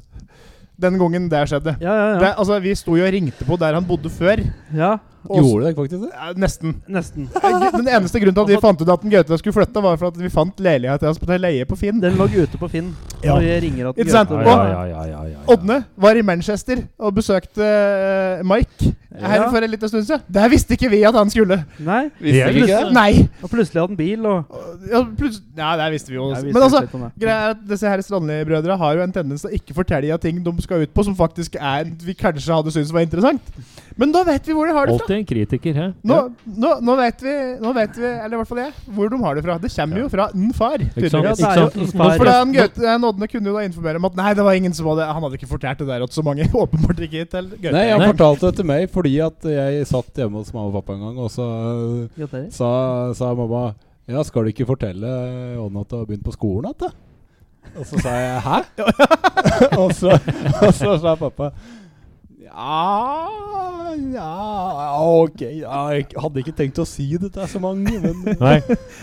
den gangen det skjedde.
Ja, ja,
Det,
ja.
altså, vi sto jo og ringte på der han bodde før.
ja
Og
Gjorde det faktisk det?
Ja, nesten.
nesten.
Den eneste grunnen til at vi fant ut at den Gaute skulle flytte, var for at vi fant leilighet til oss på leie på Finn.
Den lå ute på Finn.
Ja.
Og jeg ringer at
Ikke sant?
Ja,
Gaute-
ja, ja, ja, ja, ja, ja.
Ådne var i Manchester og besøkte eh, Mike her
Ja.
for en liten stund siden. Der visste ikke vi at han skulle.
Nei.
Visste
ikke
ikke.
det?
Nei!
Og plutselig hadde han bil, og
Ja, plutselig Nei, det visste vi jo.
Jeg visste
Men altså,
litt om det.
greia er at disse her Strandli-brødre har jo en tendens til å ikke fortelle av ting de skal ut på, som faktisk er vi kanskje hadde syntes var interessant. Men da vet vi hvor de har det fra.
Alltid en kritiker, hæ?
Nå, nå, nå, vet vi, nå vet vi, eller i hvert fall jeg, hvor de har det fra. Det kommer jo fra en far.
Ikke sant?
Ja,
tydeligvis.
det er
Ikke
jo
sant?
far-
For da han Gaute han Ådne kunne jo da informere om at Nei, det var ingen som hadde Han hadde ikke fortalt det der til så mange. Åpenbart ikke til Gaute.
Nei, han
Nei.
fortalte det til meg fordi at jeg satt hjemme hos mamma og pappa en gang, og så øh,
Gratulerer.
sa, sa mamma Ja, skal du ikke fortelle Ånne at du har begynt på skolen igjen, da? Og så sa jeg hæ? og, så, og så sa pappa ja, ja Ok, ja, jeg hadde ikke tenkt å si det til så mange, men
Nei.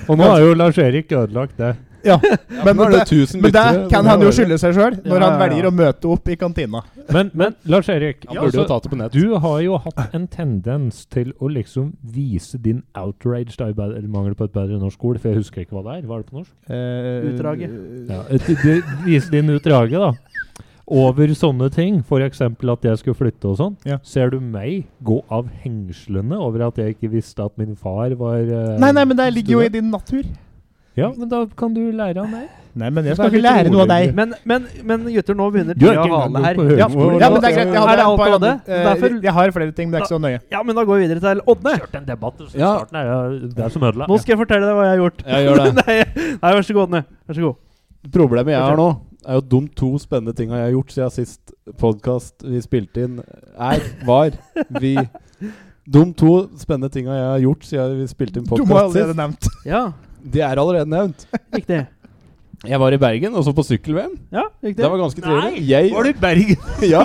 Og nå har jo Lars-Erik ødelagt det.
Ja, men,
nå er
det,
det tusen
men det
lyttere,
kan
nå
han
er
jo
det-
skylde seg sjøl, når
Ja,
han
ja, ja.
velger å møte opp i kantina.
Men, men Lars-Erik,
Han burde jo
altså,
tatt det på nett.
du har jo hatt en tendens til å liksom vise din outrage Det er jo bedre- eller mangel på et bedre norsk ord, for jeg husker ikke hva det er. Hva er det på norsk?
Uh,
Utdraget.
Ja, du, du, vise din utrage, da. over sånne ting, f.eks. at jeg skulle flytte og sånn,
Ja.
ser du meg gå av hengslene over at jeg ikke visste at min far var eh,
Nei, nei, men det ligger jo i
student?
din natur.
Ja, men da kan du lære av meg.
Nei, men jeg
skal ikke lære noe av deg.
Men, men, men gutter, nå begynner
Du er
tida
ikke
å hale
engang
her.
på
Ja,
høyskole.
Ja, men det er greit. Jeg, hadde
Er det
et
alt
par
du hadde?
andre. Eh,
Derfor-
jeg har flere ting, men det er ikke så nøye.
ja, men da går vi videre til Ådne.
Kjørt en debatt i
Ja.
starten her, ja, det er som ødela.
Nå skal jeg fortelle deg hva jeg har gjort.
Jeg gjør det.
nei, nei, vær så god, Ådne. Vær så god.
Problemet jeg har nå, er jo de to spennende tinga jeg har gjort siden sist podkast vi spilte inn, er, var vi De to spennende tinga jeg har gjort siden vi spilte inn
Du må
podkast
allerede
sist,
nevnt.
Ja,
det er allerede nevnt.
riktig.
Jeg var i Bergen, og så på sykkel-VM.
Ja, riktig.
Det var ganske trivelig.
Nei!
Jeg,
Var du i Bergen?
ja,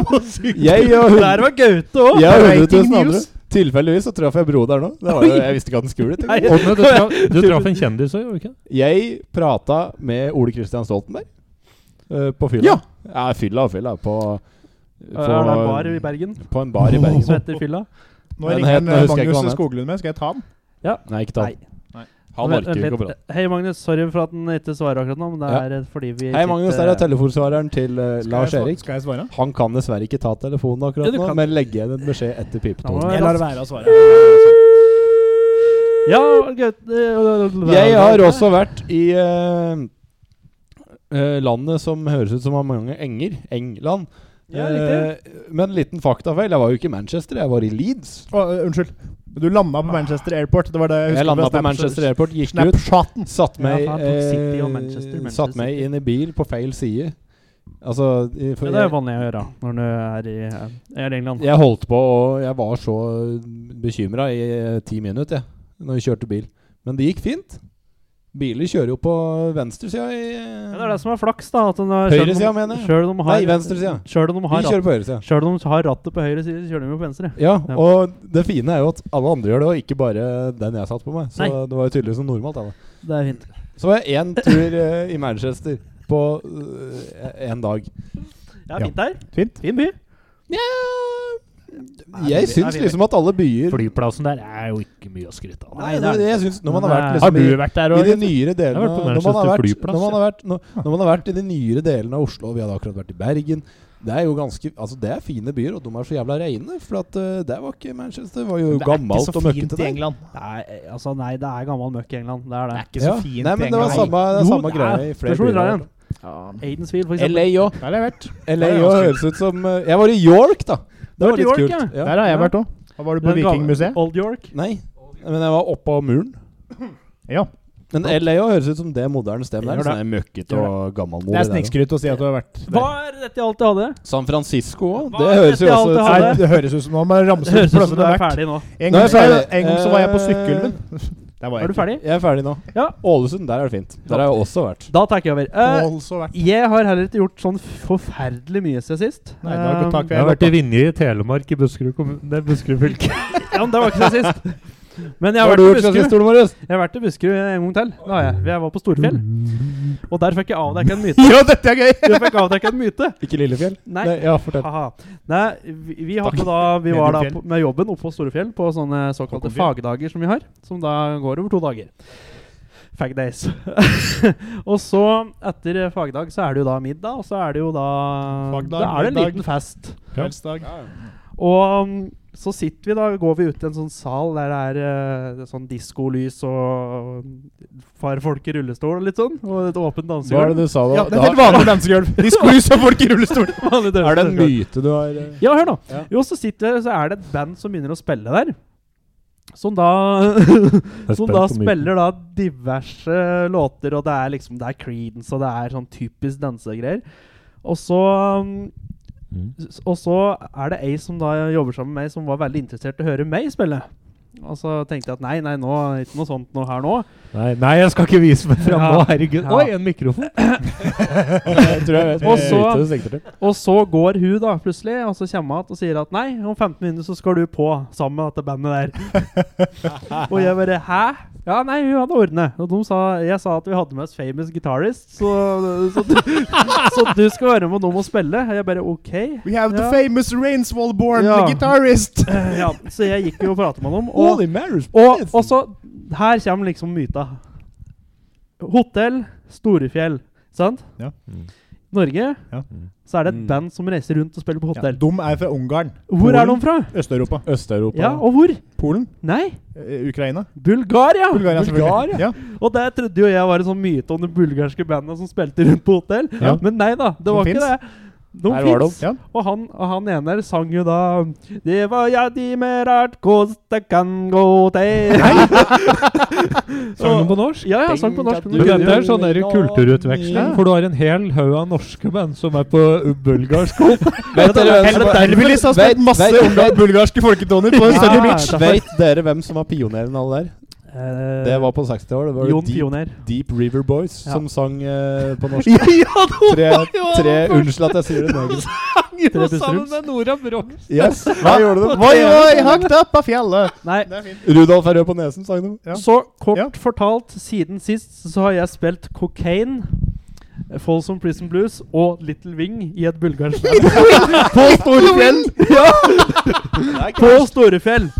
jeg og hun-
Der var Gaute òg!
jeg og 100
Breaking
000 andre.
news.
Tilfeldigvis så traff jeg broderen nå. Det var jo, jeg visste ikke at han skulle
Nei.
det.
Og men du, traff, du traff en kjendis òg, gjorde du ikke?
Jeg prata med Ole Kristian Stoltenberg eh, på fylla.
Ja.
ja fylla og fylla. På, på,
Er det en bar i Bergen
på en bar i Bergen.
som heter Fylla?
Nå
Den
ringer
het-
en,
nå
eh,
husker jeg ikke hva den
Magnus
het.
Skoglund med. Skal jeg ta den?
Nei, ikke ta
Nei.
den.
Nei.
Han
Vent,
orker jo
litt.
ikke å prate.
Hei, Magnus. Sorry for at den ikke svarer akkurat nå, men det er
Ja.
eh, fordi vi
Hei, Magnus. Der
sitter-
er telefonsvareren til eh,
Skal
Lars
jeg sva-
Erik.
Skal jeg svare?
Han kan dessverre ikke ta telefonen
Ja,
akkurat
du
nå,
kan.
men legger igjen en beskjed
Da
etter
må
pipetonen.
jeg
Jeg lar
rask-
være å svare.
Ja, Gaute eh,
Jeg har også vært i eh, eh, landet som høres ut som har mange enger. England.
Ja, riktig.
Eh, men en liten faktafeil. Jeg var jo ikke i Manchester, jeg var i Leeds.
Å, eh, unnskyld. Du landa på Manchester Airport. Det var det jeg
Jeg
husker.
landa på Manchester Airport, gikk ut,
Snapshoten.
satt meg,
Ja, faen, tok City og
eh,
Manchester, Manchester
satt meg
City.
inn i bil på feil side. Altså i- for
Ja, det er
jeg,
vanlig å gjøre når du er i, eh, er i England.
jeg holdt på, og jeg var så bekymra i eh, ti minutter jeg, når vi kjørte bil. Men det gikk fint. Biler kjører jo på venstresida i
Ja, det er det som er flaks, da. At den har-
Høyresida,
selv om-
mener jeg.
selv om de har-
Nei, venstresida.
Selv om de har
Vi
ratt-
kjører på høyresida.
selv om de har rattet på høyre side, så kjører de jo på venstre.
Ja,
Ja.
og det fine er jo at alle andre gjør det, og ikke bare den jeg satt på meg. Så
Nei.
det var jo tydeligvis noe normalt. da, da.
Det er fint.
Så var jeg én tur eh, i Manchester på én dag.
Ja,
Ja.
fint der.
Fint.
Fin by.
Nja
det er
Jeg
vi-
syns
er vi-
liksom at alle byer
Flyplassen der er jo ikke mye å skryte av.
Nei,
Nei, det er
det,
det.
jeg synes, Når man har
Men,
vært
eh,
Har
liksom
du
i,
vært der
i
òg?
de nyere
Jeg
delene
har vært på
når man har
Manchester
vært,
flyplass,
når man har vært, når, når man har vært i de nyere delene av Oslo, og vi hadde akkurat vært i Bergen Det er jo ganske Altså, det er fine byer, og de er så jævla reine. For at eh, det var ikke Manchester. Det var jo gammelt og møkkete der.
England.
Nei, eh, altså, nei, det er gammel møkk i England. Det er
Det er
det.
ikke så
Ja.
fint.
Nei,
i
men det var
England.
samme, det er
Jo,
samme
det er-
greia i
Spørs
flere
hvor du
byer.
drar
da.
Aidensfield, for eksempel.
LA òg.
Der har jeg vært.
LA
Det er
òg
ganske
høres ut som eh, Jeg var i York, da. Det var
i
litt
York,
kult.
Der
Ja.
har jeg
Ja.
vært òg. Da var du på
Den gamle-
Vikingmuseet.
Old York.
Nei, men jeg var oppå muren.
Ja.
Men LA òg høres ut som det moderne stedet der.
Gjør det.
Sånn er møkkete
Gjør
og gammelmodig.
Det er
der, da.
snikskryt å si at du har vært der.
Hva er dette jeg alltid hadde?
San Francisco òg.
Hva
Det
er
høres
dette
jo
jeg
også
alltid
ut som
Nei, det høres ut som nå må jeg
Det
ramse
høres
opp
ut som du
plassene du
er
har vært.
ferdig nå.
En
Nå er
gang,
jeg
så var jeg-
ferdig.
en gang så var jeg på
Eh,
sykkelen min. Der var
Er
jeg
du
ikke.
ferdig?
Jeg er ferdig nå.
Ja.
Ålesund, der er det fint. Der har jeg også vært.
Da tar jeg over. Eh,
Altså vært.
jeg har heller ikke gjort sånn forferdelig mye siden sist.
Nei, da går
Eh,
tak
Jeg har vært i Vinje i Telemark i Buskerud kommune Nei, Buskerud fylke.
Ja, men det var ikke siden sist. Men jeg
Hva
har
har du
vært i
gjort siden
Buskerud.
sist, Ole Marius?
Jeg har vært i Buskerud en gang til. Da har jeg. Jeg var på Storfjell. Og der fikk jeg avdekket en myte.
Ja, dette er gøy!
Jeg fikk avdekket en myte.
Ikke Lillefjell?
Nei.
ja, fortell.
Haha. Nei, vi, vi, hadde da, vi var da
Mediumfjell.
på, med jobben oppe på Storefjell på sånne såkalte
Håkonfjell.
fagdager som vi har. Som da går over to dager. Fag days. og så, etter fagdag, så er det jo da middag, og så er det jo da
Fagdag,
Da er det en
middag.
liten fest.
Kveldsdag.
Og um, så sitter vi da, går vi ut i en sånn sal der det er eh, sånn diskolys og farfolk i rullestol og litt sånn. Og et åpent
Hva er
dansegulv.
det du sa da?
Ja, det er helt vanlig dansegulv. De skulle så folk i rullestol.
Vanlig
da er det en
dansegulv.
myte du har eh?
Ja, hør nå.
Ja.
Jo, så sitter vi der, så er det et band som begynner å spille der. Som da, som da spiller da diverse låter, og det er liksom Det er Creedence, og det er sånn typisk dansegreier. Og så um, s- Og så er det ei som da jobber sammen med meg, som var veldig interessert i å høre meg spille. Og så tenkte jeg at nei, nei, nå, ikke noe sånt noe her nå.
Nei, nei, jeg skal ikke vise meg fram nå.
Ja.
Herregud.
Ja.
Oi, en mikrofon!
Jeg tror jeg vet
Og
hvilken
så-
myte du sikter til.
Og så går hun da plutselig, og så kommer hun igjen og sier at nei, om 15 minutter så skal du på sammen med dette bandet der. og jeg bare hæ? Ja, nei, hun hadde ordnet. Og de sa, jeg sa at vi hadde med oss famous guitarist, så, så, du, så du skal være med dem og spille. Og jeg bare OK.
We have the
Ja.
famous Rainswall-born
Ja.
guitarist.
Eh, Ja, så jeg gikk jo og pratet med dem. Og,
Holy Marys,
og,
yes.
og så Her kommer liksom myta. Hotell Storefjell, sant?
Ja.
Mm.
Norge,
Ja.
så er det et
Mm.
band som reiser rundt og spiller på
Ja,
hotell.
de er fra Ungarn.
Hvor er de
Polen.
fra?
Øst-Europa.
Øst-Europa.
Ja, og hvor?
Polen.
Nei,
eh, Ukraina.
Bulgaria!
Bulgaria, selvfølgelig.
Bulgaria?
Ja.
Og der trodde jo jeg var en sånn myte om de bulgarske bandene som spilte rundt på hotell.
Ja.
Men nei da, det
De
var
finnes.
ikke det. De
Her var de.
fins.
Ja.
Og han, og han ene der sang jo da Det var ja, de med rart kost, det kan gå til
Sang den på norsk?
Ja, ja, sang på norsk.
Men
kunne
dette
jo-
er sånn der kulturutveksling,
Ja.
for du har en hel haug av norske band som er på bulgarsk hold.
Vet dere hvem som
Eller
var-
Dervilis har spilt
Vet-
masse
vet-
ungarn- bulgarske folketoner på
Ja.
Sunny Beach.
derfor.
Vet dere hvem som var pioneren alle der?
Eh,
Det var på 60-tallet. Det var jo
Jon
Deep,
Pioner.
Deep River Boys
Ja.
som sang eh, på norsk.
ja, de
Tre,
var jo
tre
alle
Unnskyld at jeg sier det.
Tre
Norge.
Jo, sammen
Busserups.
med Nora Brox.
Yes, hva gjorde de?
Voi, voi, hakt opp av fjellet.
Nei,
Det er fint.
Rudolf er rød på nesen, sang de.
Ja.
Så kort
Ja.
fortalt, siden sist så har jeg spilt Cocaine, Folsom Prison Blues og Little Wing i et bulgarsk band. På Storefjell! Ja! På Storefjell.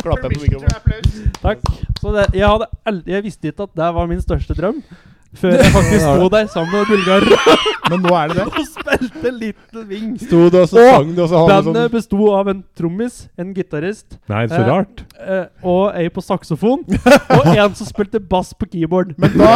Klapper på mikrofonen.
Takk. Så det, jeg, hadde ald- jeg visste ikke at det var min største drøm. Før jeg faktisk sto der sammen med bulgarere
Men nå er det det.
og spilte Little Wing.
Sto du og så
Og
sang du, og så har du
Bandet
sånn
besto av en trommis, en gitarist
Nei,
så
rart.
eh, og ei på saksofon, og en som spilte bass på keyboard.
Men da,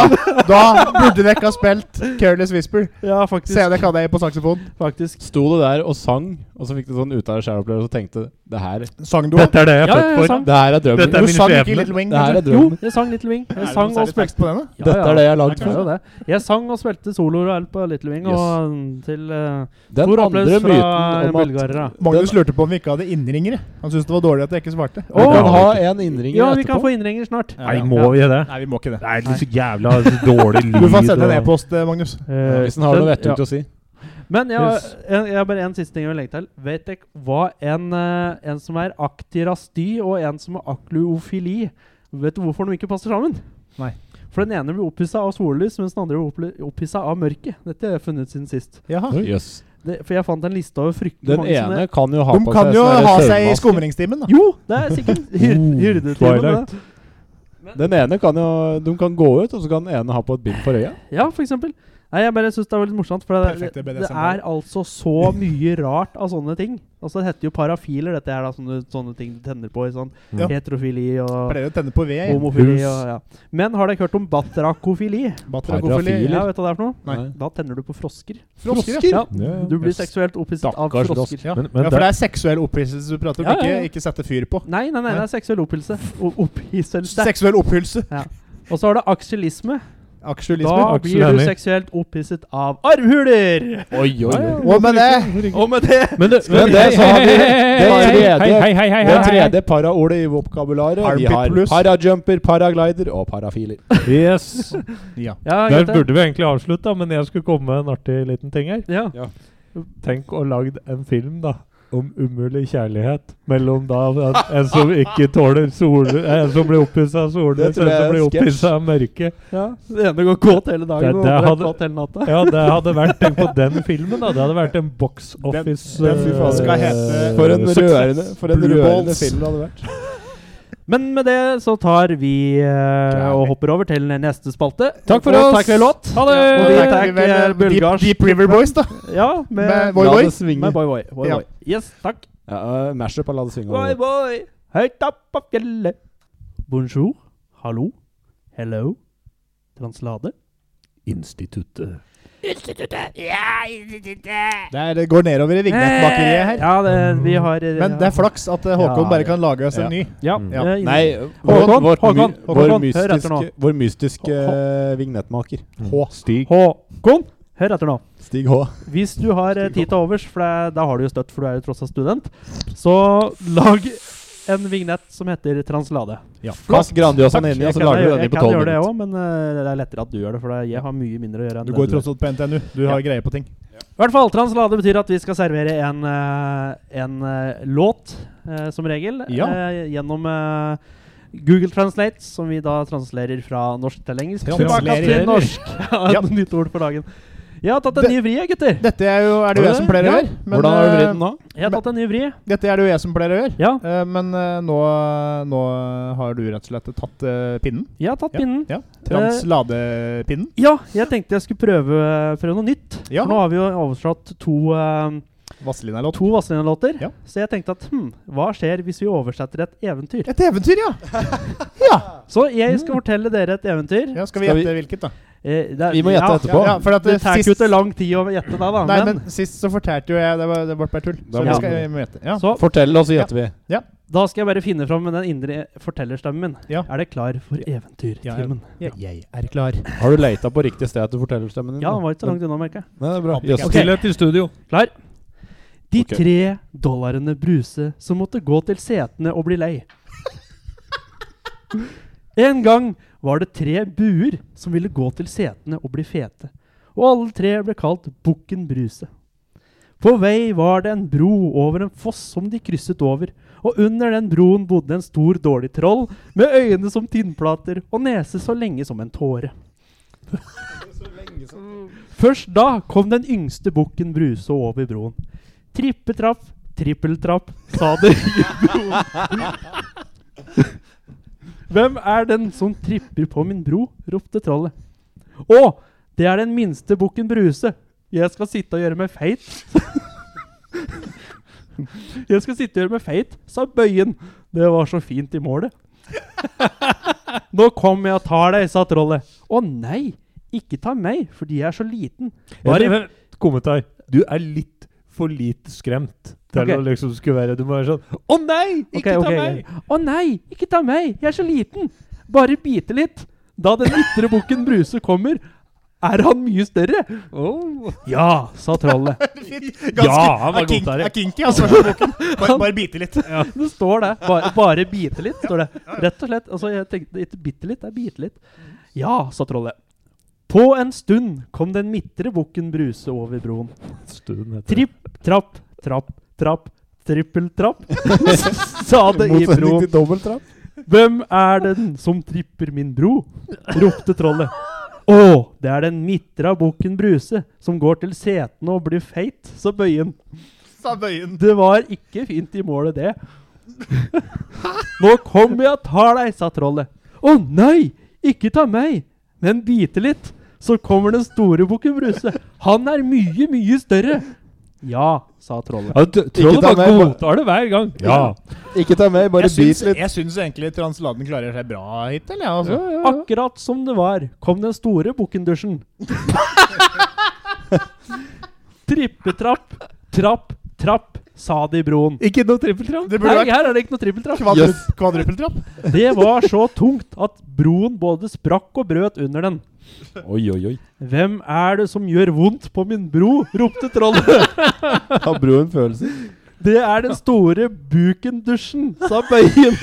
da burde dere ikke ha spilt Careless Whisper.
Ja, faktisk.
Se dere hadde jeg på saksofon.
faktisk.
Sto du der og sang, og så fikk du sånn ut av deg sjæl-opplevelse og tenkte det her,
Sang du òg?
Dette er det jeg er
Ja,
født
jeg
for.
sang.
det her er drømmen.
Dette er
Du
min
sang ikke
skjebne.
Little Wing?
Det her
kanskje?
er
Jo,
drømmen.
jeg sang Little Wing. Jeg
Er det
sang
noe
og
særlig
spilte
tekst på den, da?
Ja,
Dette
ja.
er det jeg er lagd
Det er
for.
jo det. Jeg sang og spilte soloer og alt på Little Wing. Og mm, til eh,
Den
stor applaus
andre myten
fra eh,
om at
bulgarere.
Magnus lurte på om vi ikke hadde innringere. Han syntes det var dårlig at jeg ikke svarte.
Vi
Å,
kan ha en innringer
ja, vi kan
etterpå.
få innringer snart.
Nei, må vi det?
Nei, vi må ikke det.
Det er litt så jævla dårlig lyd.
Du får sende en
og-
e-post, eh, Magnus.
Ja, Hvis den har noe
ja.
vettugt å si.
Men jeg har
Yes.
jeg- jeg har bare en siste ting jeg vil legge til. Vet dere hva en, eh, en som er aktirasty, og en som er akluofili Vet du hvorfor de ikke passer sammen?
Nei.
For den ene blir opphissa av sollys, mens den andre blir oppli- opphissa av mørket. Dette har jeg funnet siden sist.
Jaha.
Jøss.
Det, for jeg fant en liste over fryktelig
Den
mange sånne-
ene kan jo ha
De
på
kan
seg
jo
sånn der
ha seg i
søvnmaske.
skumringstimen, da.
Jo, det er sikkert hyr- hyrdetimen.
Twilight.
det.
Den ene kan jo De kan gå ut, og så kan den ene ha på et bind for øya.
Ja, for eksempel. Nei, jeg bare syns det var litt morsomt, for det,
Perfekte
det,
BDSM.
det er altså så mye rart av sånne ting. Altså, det heter jo parafiler, dette her, da, sånne, sånne ting du tenner på i sånn
Ja.
heterofili og
Pleier å tenne på ved. jeg.
homofili
Hus.
og ja. Men har dere hørt om batrakofili?
Batrakofili.
Eller?
Ja, vet du hva det er for noe?
Nei.
Da tenner du på frosker.
Frosker, ja.
Frosker?
Ja,
Ja,
Du blir
yes.
seksuelt opphisset av
Stakkars
frosker.
Ja.
Men- men
ja, for det er seksuell opphisselse du prater om,
Ja, ja, ja.
ikke, ikke sette fyr på.
Nei, nei, nei, det er seksuell opphisselse. O- Opphisselse.
Seksuell opphylse.
Og så har du akselisme.
Aksjulisme.
Da
Aksel
blir du
Hennie.
seksuelt opphisset av armhuler!
Oi, oi, oi.
Og med det
Og med det
Men det,
Men det så har vi det
Hei, hei,
tredje,
hei, hei, hei,
det
hei,
tredje paraordet i vokabularet. Vi
Armpit
har
pluss.
parajumper, paraglider og parafiler.
hei. Yes.
Ja.
Ja,
Der
Gaute.
burde vi egentlig avslutta, men jeg skulle komme med en artig liten ting her.
Ja.
Tenk å lagd en film, da. Om umulig kjærlighet mellom da en, en som ikke tåler sol En som blir opphissa av solen, en
Det tror
som
jeg er
blir
en sketsj.
opphissa av mørket.
Det ene går kåt hele
Det-
dagen, og
det
det andre
hadde-
er kåt hele natta.
Ja, det hadde vært Tenk på den filmen, da. Det hadde vært en box office
den fy faen
eh,
skal hete
For en rørende, for en
Blue
rørende
balls.
film det hadde vært.
Men med det så tar vi eh, og hopper over til neste spalte.
Takk for
og Takk
oss.
for låt.
Ha det!
Og vi
Da
takker
tenker vi vel, eh, Deep,
bulgarsk.
Deep River Boys, da.
Ja,
Med
med,
Voi Voi.
La det svinge.
med Boy Boy. Boy,
Ja.
boy. Yes, takk.
Ja, eh, Mashup av La det svinge.
Boy
over.
Boy, høyt opp på fjellet. Bonjour, hallo, hello, translade.
Instituttet.
Det er- det går nedover i vignettbakeriet her.
Ja, det, vi har eh,
Men det er flaks at eh, Håkon
Ja,
bare
ja.
kan lage oss en
Ja.
ny.
Ja,
Mm.
Ja.
eh,
Nei, vår,
Håkon,
vår,
Håkon,
my- vår
Håkon, hør etter
mystiske,
nå.
vår mystiske
Hå-
eh, vignettmaker.
H. Stig.
Håkon, hør etter nå.
Stig H.
Hvis du har eh, tid til overs, for det, da har du jo støtt, for du er jo tross alt student, så lag en vignett som heter Translade.
Kast Grandiosaen
Takk.
inni,
Jeg
og så
kan-
lager du
jeg-
den i på
Jeg kan
tolv
gjøre det
minutter.
òg, men eh, det er lettere at du gjør det, for det- jeg har mye mindre å gjøre. enn
Du
det
går
gjør.
tross alt på NTNU. Du har greie på ting.
I hvert fall, Translade betyr at vi skal servere en, eh, en eh, låt, eh, som regel,
Ja.
eh, gjennom eh, Google Translate, som vi da translerer fra norsk til engelsk.
Translerer.
Tilbake til norsk. ja,
Ja.
Nytt ord for dagen. Jeg har tatt en
Det-
ny vri, jeg, gutter.
Dette er, jo, er det jo jeg som pleier å
Ja.
gjøre. men,
Hvordan har du vridd den
eh,
nå?
Jeg har tatt en ny vri.
Dette er det jo jeg som pleier å gjøre.
Ja,
Eh, men eh, nå, nå eh, har du rett og slett tatt eh, pinnen.
jeg har tatt pinnen.
Ja, Transladepinnen.
Ja, jeg tenkte jeg skulle prøve, eh, prøve noe nytt.
Ja.
For nå har vi jo oversatt to, eh,
Vazelina-låt.
to Vazelina-låter.
Ja.
Så jeg tenkte at hm, hva skjer hvis vi oversetter et eventyr?
Et eventyr, ja! ja. Mm.
Så jeg skal fortelle dere et eventyr.
ja! Skal vi
Skal vi-
gjette hvilket, da?
Eh, det er-
Vi må gjette
ja,
etterpå.
Ja, ja, for at
Det
eh,
tar
sist-
jo ikke lang tid å gjette da, da. men-
Nei, men sist så fortalte jo jeg Det, var, det ble bare tull.
Da
Så
må
vi skal
du-
vi må gjette. Ja.
Så
Fortell, og så gjetter vi.
da skal jeg bare finne fram den indre fortellerstemmen min.
Ja.
Er det klar for
Ja,
eventyrtimen? Ja,
Jeg er klar.
Har du leita på riktig sted etter fortellerstemmen din?
ja
da?
den var
Mm.
ikke så langt unna, merker jeg.
Nei, det er bra.
Hadde ikke
Jøss.
jeg.
Ok.
Stillhet i studio.
Klar? De
Ok.
tre dollarene Bruse som måtte gå til setene og bli lei. En gang var det tre buer som ville gå til setene og bli fete. Og alle tre ble kalt Bukken Bruse. På vei var det en bro over en foss som de krysset over. Og under den broen bodde en stor, dårlig troll med øyne som tinnplater og nese så lenge som en tåre. Først da kom den yngste bukken Bruse over broen. Trippetrapp, trippeltrapp, sa det i broen. Hvem er den som tripper på min bro? ropte trollet. Å, det er den minste bukken Bruse. Jeg skal sitte og gjøre meg feit. Jeg skal sitte og gjøre meg feit, sa bøyen. Det var så fint i målet. Nå kommer jeg og tar deg, sa trollet. Å nei, ikke ta meg, fordi jeg er så liten.
Bare kommentar. Du er litt for lite skremt til
Ok.
å liksom skulle være Du må være sånn Å nei! Ikke
Ok, ok,
ta
ok.
meg!
Å nei, ikke ta meg, jeg er så liten. Bare bite litt. Da den ytre bukken Bruse kommer, er han mye større. Oh. Ja, sa trollet.
Ja, han var
er kink-
god der, ja.
er kinky, altså. første boken. Bare, bare bite litt.
Det står det. Bare, bare bite litt, står det. Rett og slett. Altså, jeg tenkte ikke bitte litt, det er bite litt. Ja, sa trollet. På en stund kom den midtre bukken Bruse over broen.
Stund etter.
Tripp, trapp, trapp, trapp, trippeltrapp, sa det i broen.
Motsetning til dobbelttrapp.
Hvem er den som tripper min bro? ropte trollet. Å, det er den midtre av bukken Bruse som går til setene og blir feit, sa bøyen.
Sa bøyen.
Det var ikke fint i målet, det. Nå kommer jeg og tar deg, sa trollet. Å nei, ikke ta meg, men bite litt. Så kommer den store bukken Bruse. Han er mye, mye større. Ja, sa trollet.
Ja, t- Trollet
ta
bare
meg, bare-
godtar det hver gang.
Ikke ta med, bare
Jeg syns,
bit litt.
jeg syns egentlig transladen klarer seg bra hittil. Ja, altså.
Akkurat som det var, kom den store bukkendusjen. Trippetrapp, trapp, trapp, sa de i broen.
Ikke noe trippeltrapp?
Det burde
Nei,
vært
her er det ikke noe trippeltrapp.
kvadru
Yes.
kvadrupeltrapp.
Det var så tungt at broen både sprakk og brøt under den.
Oi, oi, oi.
Hvem er det som gjør vondt på min bro? ropte trollet.
Har broen følelser?
Det er den store bukendusjen, sa bøyen.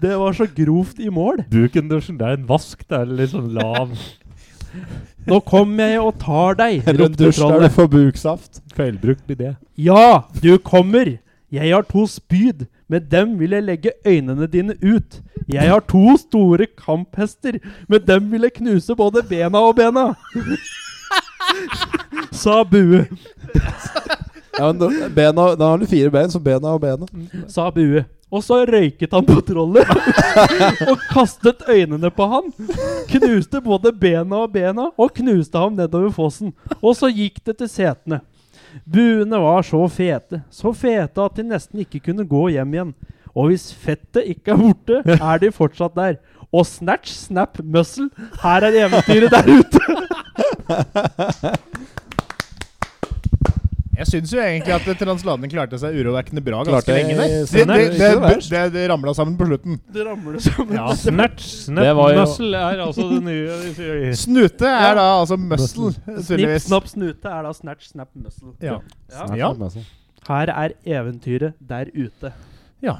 Det var så grovt i mål.
Bukendusjen, det er en vask. Det er litt sånn lav
Nå kommer jeg og tar deg,
Er det en
ropte
dusj der
trollet.
du får buksaft?
feilbrukt idé.
Ja, du kommer. Jeg har to spyd. Med dem vil jeg legge øynene dine ut. Jeg har to store kamphester. Med dem vil jeg knuse både bena og bena. Sa Bue.
Ja, men da- bena, da har du fire ben, så bena og bena.
Sa Bue. Og så røyket han på trollet og kastet øynene på han. Knuste både bena og bena og knuste ham nedover fossen. Og så gikk det til setene. Buene var så fete, så fete at de nesten ikke kunne gå hjem igjen. Og hvis fettet ikke er borte, er de fortsatt der. Og snatch, snap, muscle, her er eventyret der ute.
Jeg syns jo egentlig at transladen klarte seg urovekkende bra
Klarte
ganske lenge der.
jeg-
Det,
sånn
det,
er det
det,
ikke verst.
det, det ramla sammen på slutten.
Det ramler som
Ja, snatch,
Det
snap,
var jo-
muscle er altså det nye
Snute er da altså muscle,
Snipp,
tydeligvis.
snapp, snute er da snatch, snap, muscle.
Ja.
Ja.
Ja.
Her er eventyret der ute.
Ja.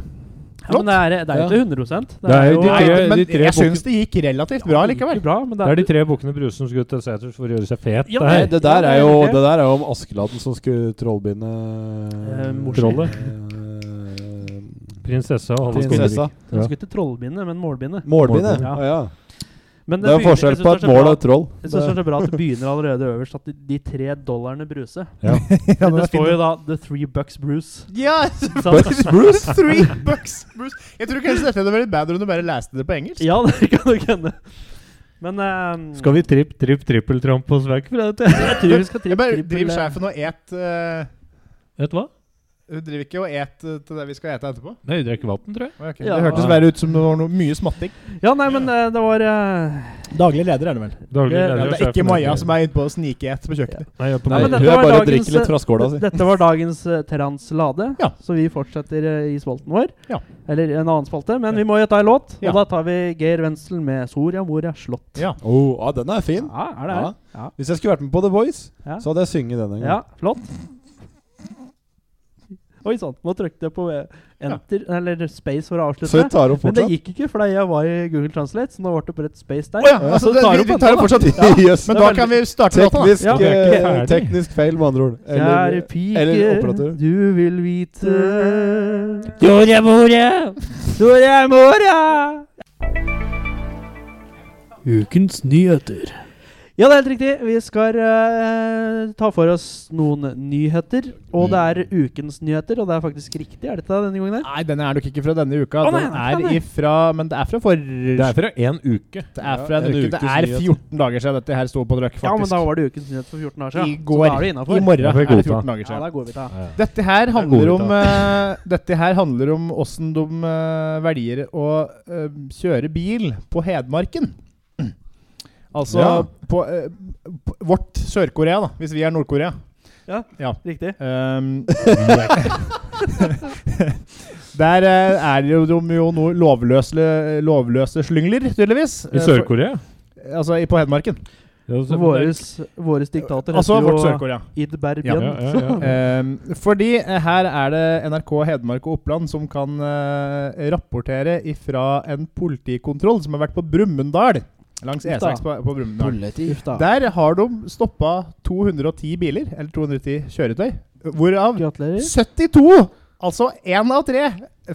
Ja, men det er, det er jo
Ja.
ikke 100
Det er jo
jo-
de
Nei,
tre,
men
de tre
jeg syns det gikk relativt bra likevel.
Ikke bra, men det
Det
er,
er de tre bukkene Bruse som skulle til seters for å gjøre seg fet.
Ja,
det
Nei,
her.
det der er jo
Ja, det er det.
Det der er jo om Askeladden som skulle trollbinde
Eh, morsi.
Trollet.
Eh,
Prinsessa og hans
Prinsessa.
kongerike.
Den skulle ikke trollbinde, men målbinde.
Målbinde?
Målbinde.
Å ja.
Men
Mm. Det er jo
begynner-
forskjell
jeg synes
på
det
et
er så
mål
bra-
og et troll.
Jeg synes det er så bra at det begynner allerede øverst, at de, de tre dollarene Bruse.
Ja,
det
var
står
fint.
jo da 'The Three Bucks Bruce'.
Ja,
Ikke sant?
Bucks Bruce?
three bucks, Bruce. Jeg tror kanskje dette hadde vært bedre om du bare leste det på engelsk.
Ja, det kan nok hende. Men ehm,
Skal vi tripp, tripp, trippeltrampe oss vekk fra dette?
Jeg tror vi skal
Jeg
tripp,
bare
tripp,
driver
eller-
sjefen og et eh,
Vet du hva?
Hun driver ikke og et eh, til det vi skal ete etterpå?
Nei, vi drikker vann, tror jeg.
Ok,
Ja.
Det hørtes bare ut som det var noe mye smatting.
Ja, nei, men eh, det var eh,
Daglig leder er det vel.
Daglig
Ja,
leder
Ja,
og
det er ikke
sjefen.
Maja som er inne på å sniket på kjøkkenet.
Nei, jeg er på
Nei,
men
Maja.
hun
dette
er
var
bare og
dagens-
drikker litt fra skåla si.
Dette var dagens eh, translade,
Ja.
så vi fortsetter eh, i spalten vår.
Ja.
Eller en annen spalte, men vi må jo ta en låt. Og
Ja.
da tar vi Geir Wenzel med 'Soria Moria slott'.
Ja.
Oh, ah, den er fin.
Ja, er det her? Ja.
Hvis jeg skulle vært med på The Voice,
Ja.
så hadde jeg sunget den en gang.
Ja, flott. Oi sann, nå trykket jeg på eh, enter, eller space for å
Så vi
avslutte.
tar opp
Men det
fortsatt.
gikk ikke fordi jeg var i Google Translate, så nå ble det bare et space der.
Å ja, altså,
Så
det,
tar
vi,
opp
vi
den
tar
da.
det fortsatt.
Ja, Jøss.
Men
Det er
da kan vi starte låta. da.
Teknisk,
Ja, vi
er ikke
eh,
ferdig.
teknisk feil, med andre ord. Eller,
Kjære pike,
eller operatør.
du vil vite
Soria Moria!
Soria Moria!
Ukens nyheter.
Ja, det er helt riktig. Vi skal eh, ta for oss noen nyheter. Og det er ukens nyheter, og det er faktisk riktig. Er dette denne gangen her?
Nei, denne er nok ikke fra denne uka.
Å, nei,
Den
nei, nei.
er ifra Men det er fra forrige
Det er fra én uke.
Det er fra en,
en
uke.
ukes
Det er
nyhet.
14 dager siden dette her sto på trykk, faktisk.
Ja, men da var det ukens nyhet for 14 år siden.
I
Så
går.
da er det
I
innafor.
morgen
Da
er
får vi
det
godta.
14 dager
Ja,
siden.
der går vi til.
Dette her
gode
handler om eh, Dette her handler om åssen de eh, velger å eh, kjøre bil på Hedmarken. Altså
Ja.
på, eh, på vårt Sør-Korea, da, hvis vi er Nord-Korea.
Riktig.
Ehm, der eh, er det jo de jo noe lovløse, lovløse slyngler, tydeligvis. Eh,
I Sør-Korea?
for- Altså i- på Hedmarken.
Ja, så-
Våres, våres diktater
Altså vårt
heter
Sør-Korea.
jo Idberg
Ja,
Ja,
Bjørn.
ja, ja.
Ehm, fordi eh, her er det NRK Hedmark og Oppland som kan eh, rapportere ifra en politikontroll som har vært på Brumunddal. Langs
Uff da.
E6 på, på Brumunddal.
Uff da.
Der har de stoppa 210 biler, eller 210 kjøretøy, hvorav
Gratulerer.
72, altså én av tre,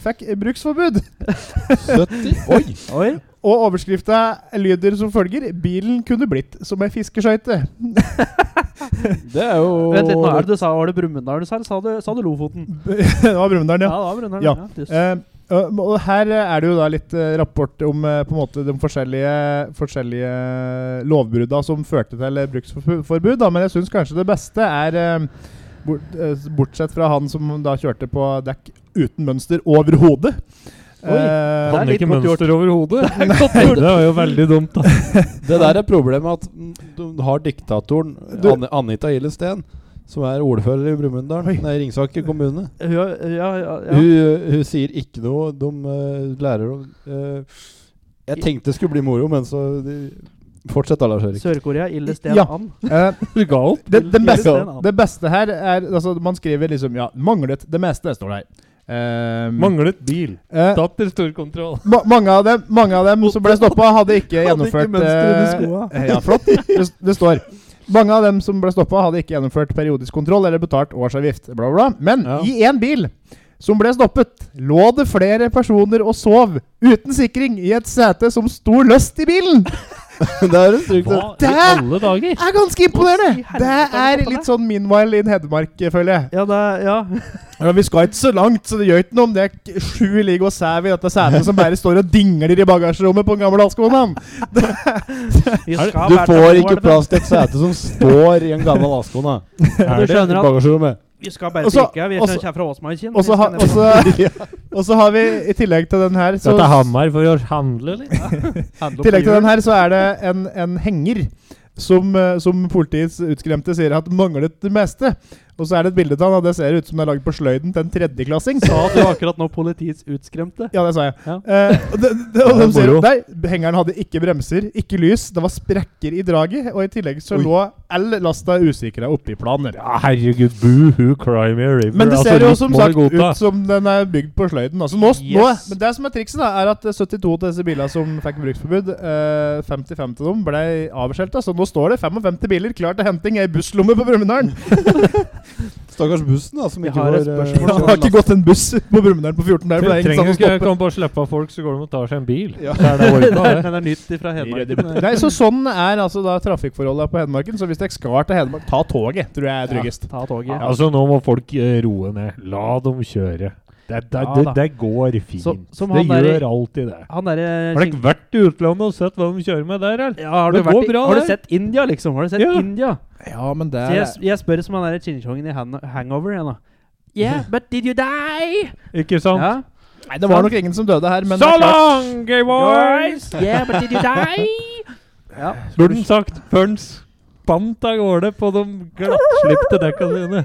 fikk bruksforbud.
70 Oi!
Oi.
Og overskrifta lyder som følger 'Bilen kunne blitt som ei fiskeskøyte'.
Det er jo
Vent litt, nå er det du sa, var det Brumunddal du sa? eller Sa du, sa du Lofoten?
det var Brumunddal,
Ja,
ja.
det var Brumunddal.
Ja.
Ja. tusen.
Eh, og og her er det jo da litt eh, rapport om eh, på en måte de forskjellige, forskjellige lovbrudda som førte til eh, bruksforbud, da. men jeg syns kanskje det beste er eh, bort, eh, Bortsett fra han som da kjørte på dekk uten mønster overhodet.
Oi,
Eh,
der-
Hadde
litt
ikke
godt gjort.
mønster over hodet. Det var jo veldig dumt, da.
Det der er problemet at mm, du har diktatoren
Du-
Anni- Anita Gillesteen, som er ordfører i Brumunddal,
Oi.
nei, Ringsaker kommune.
Hun er- Ja, ja, ja.
Hun, hun sier ikke noe. De eh, lærer å eh, Jeg tenkte det skulle bli moro, men så de, Fortsett, da, Lars Erik.
Sør-Korea, ille sted
Ja.
an.
eh,
Galt.
det, det,
Gilles
beste,
Steen, han.
det beste her er altså, Man skriver liksom ja, 'manglet det meste', står det her. Eh,
Manglet bil.
eh,
Tatt til storkontroll.
Ma mange, av dem, mange av dem som ble stoppa, hadde
Hadde ikke
ikke gjennomført
mønster under
eh, Ja, flott. Det, det står Mange av dem som ble stoppa, hadde ikke gjennomført periodisk kontroll eller betalt årsavgift. Bla, bla, bla. Men
Ja.
i én bil som ble stoppet, lå det flere personer og sov uten sikring i et sete som sto løst i bilen.
det er en stryk, det.
Det
i alle dager?
er ganske
Å, si
imponerende!
helvete,
Det
har du
er
fått
litt sånn Meanwhile in Hedmark, føler jeg.
Ja, det, ja.
Ja, vi skal ikke så langt, så det gjør ikke noe om det er k- sju ligger og sæv i dette setet som bare står og dingler i bagasjerommet på en gammel Alskoen.
Vi
Er det-
skal
Du
være til
får
mål,
ikke
men
plass til et sete som står i en gammel Askona.
Du skjønner at
Bagasjerommet.
Vi skal bare
Også-
drikke. Vi
også-
kommer fra Åsmarkinn.
Og så ha- og så- og så har vi, i tillegg til den her så,
Dette er Hamar for å handle, eller?
I tillegg til den her, så er det en, en henger som, eh, som politiets utskremte sier at manglet det meste. Og så er det et bilde av han, og det ser ut som det er lagd på sløyden til en tredjeklassing.
Sa du akkurat nå politiets utskremte?
Ja, det sa jeg.
Ja.
Eh, og de, de, og
Det
de
er
sier
moro.
Nei, hengeren hadde ikke bremser, ikke lys, det var sprekker i draget, og i tillegg så
Oi.
lå all lasta usikra oppi planer.
Ja, herregud, boohoo, cry me a river.
Men det
Altså,
ser jo
litt
som
må
sagt
du godta.
ut som den er bygd på sløyden. Altså nå, nå,
Yes.
men det som er trikset, da, er at eh, 72 av disse bilene som fikk bruksforbud, eh, 55 av dem ble avskjelta. Så nå står det 55 biler klar til henting i ei busslomme på Brumunddal.
Stakkars bussen, da, som
Jeg
ikke
har
går
et
eh,
spørsmål.
Det har ikke gått en buss på Brumunddal på 14 der. for det sånn er ingen
Trenger
som
ikke
stopper.
komme på å slippe av folk, så går de og tar seg en bil.
Ja.
Det er det
det,
ordna,
er,
det.
det er nytt fra Hedmark.
Nei, så sånn er altså da trafikkforholdene på Hedmarken. Så hvis dere skal til Hedmark, ta toget, tror jeg er
eh,
tryggest.
Ta toget.
Altså, nå må folk eh, roe ned. La dem kjøre. Det, det,
Ja
det,
da.
det går fint.
Så- som
det
han der i-
gjør alltid det.
Han derre
Har dere ikke vært i utlandet og sett hva de kjører med der, eller?
ja, har, du
Det går
vært, i-
bra,
har du
det.
sett India, liksom? Har du sett
Ja.
India?
Ja, men
Så jeg, jeg spør som han der Chinchongen i Han- Hangover igjen, da. Yeah, but did you die?
Ikke sant?
Ja.
Nei, det var nok ingen som døde her, men
Så long, gay boys!
Yeah, but did you die? Ja.
Burde han sagt før han spant av gårde på de glattslippte dekka sine.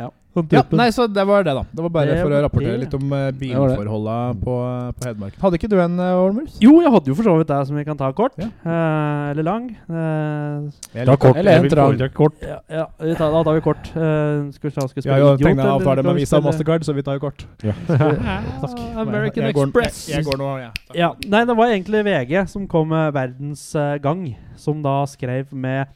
Ja.
Sånn
Ja,
type.
nei, så det var det, da. Det var bare
Det
for å
var
rapportere
det.
litt om eh,
var det.
bilforholda på, på Hedmarken. Hadde ikke du en, eh, Olmers?
Jo, jeg hadde jo for så vidt det som vi kan ta kort.
Ja.
eh, eller lang. Eh,
Ta kort.
Eller
Jeg
en
vil
trang.
foretrekke kort.
ja, ja, vi tar, da tar vi kort. Eh, skal vi ta skal vi
Jeg har
spille
jo
idiot,
tegna
eller
avtale
skal
med
vi
Visa og
spille-
Mastercard, så vi tar jo kort.
Ah, American
Jeg går-
Express.
Jeg, jeg går nå, jeg.
Ja, nei, det var egentlig VG som kom med Verdens eh, Gang, som da skrev med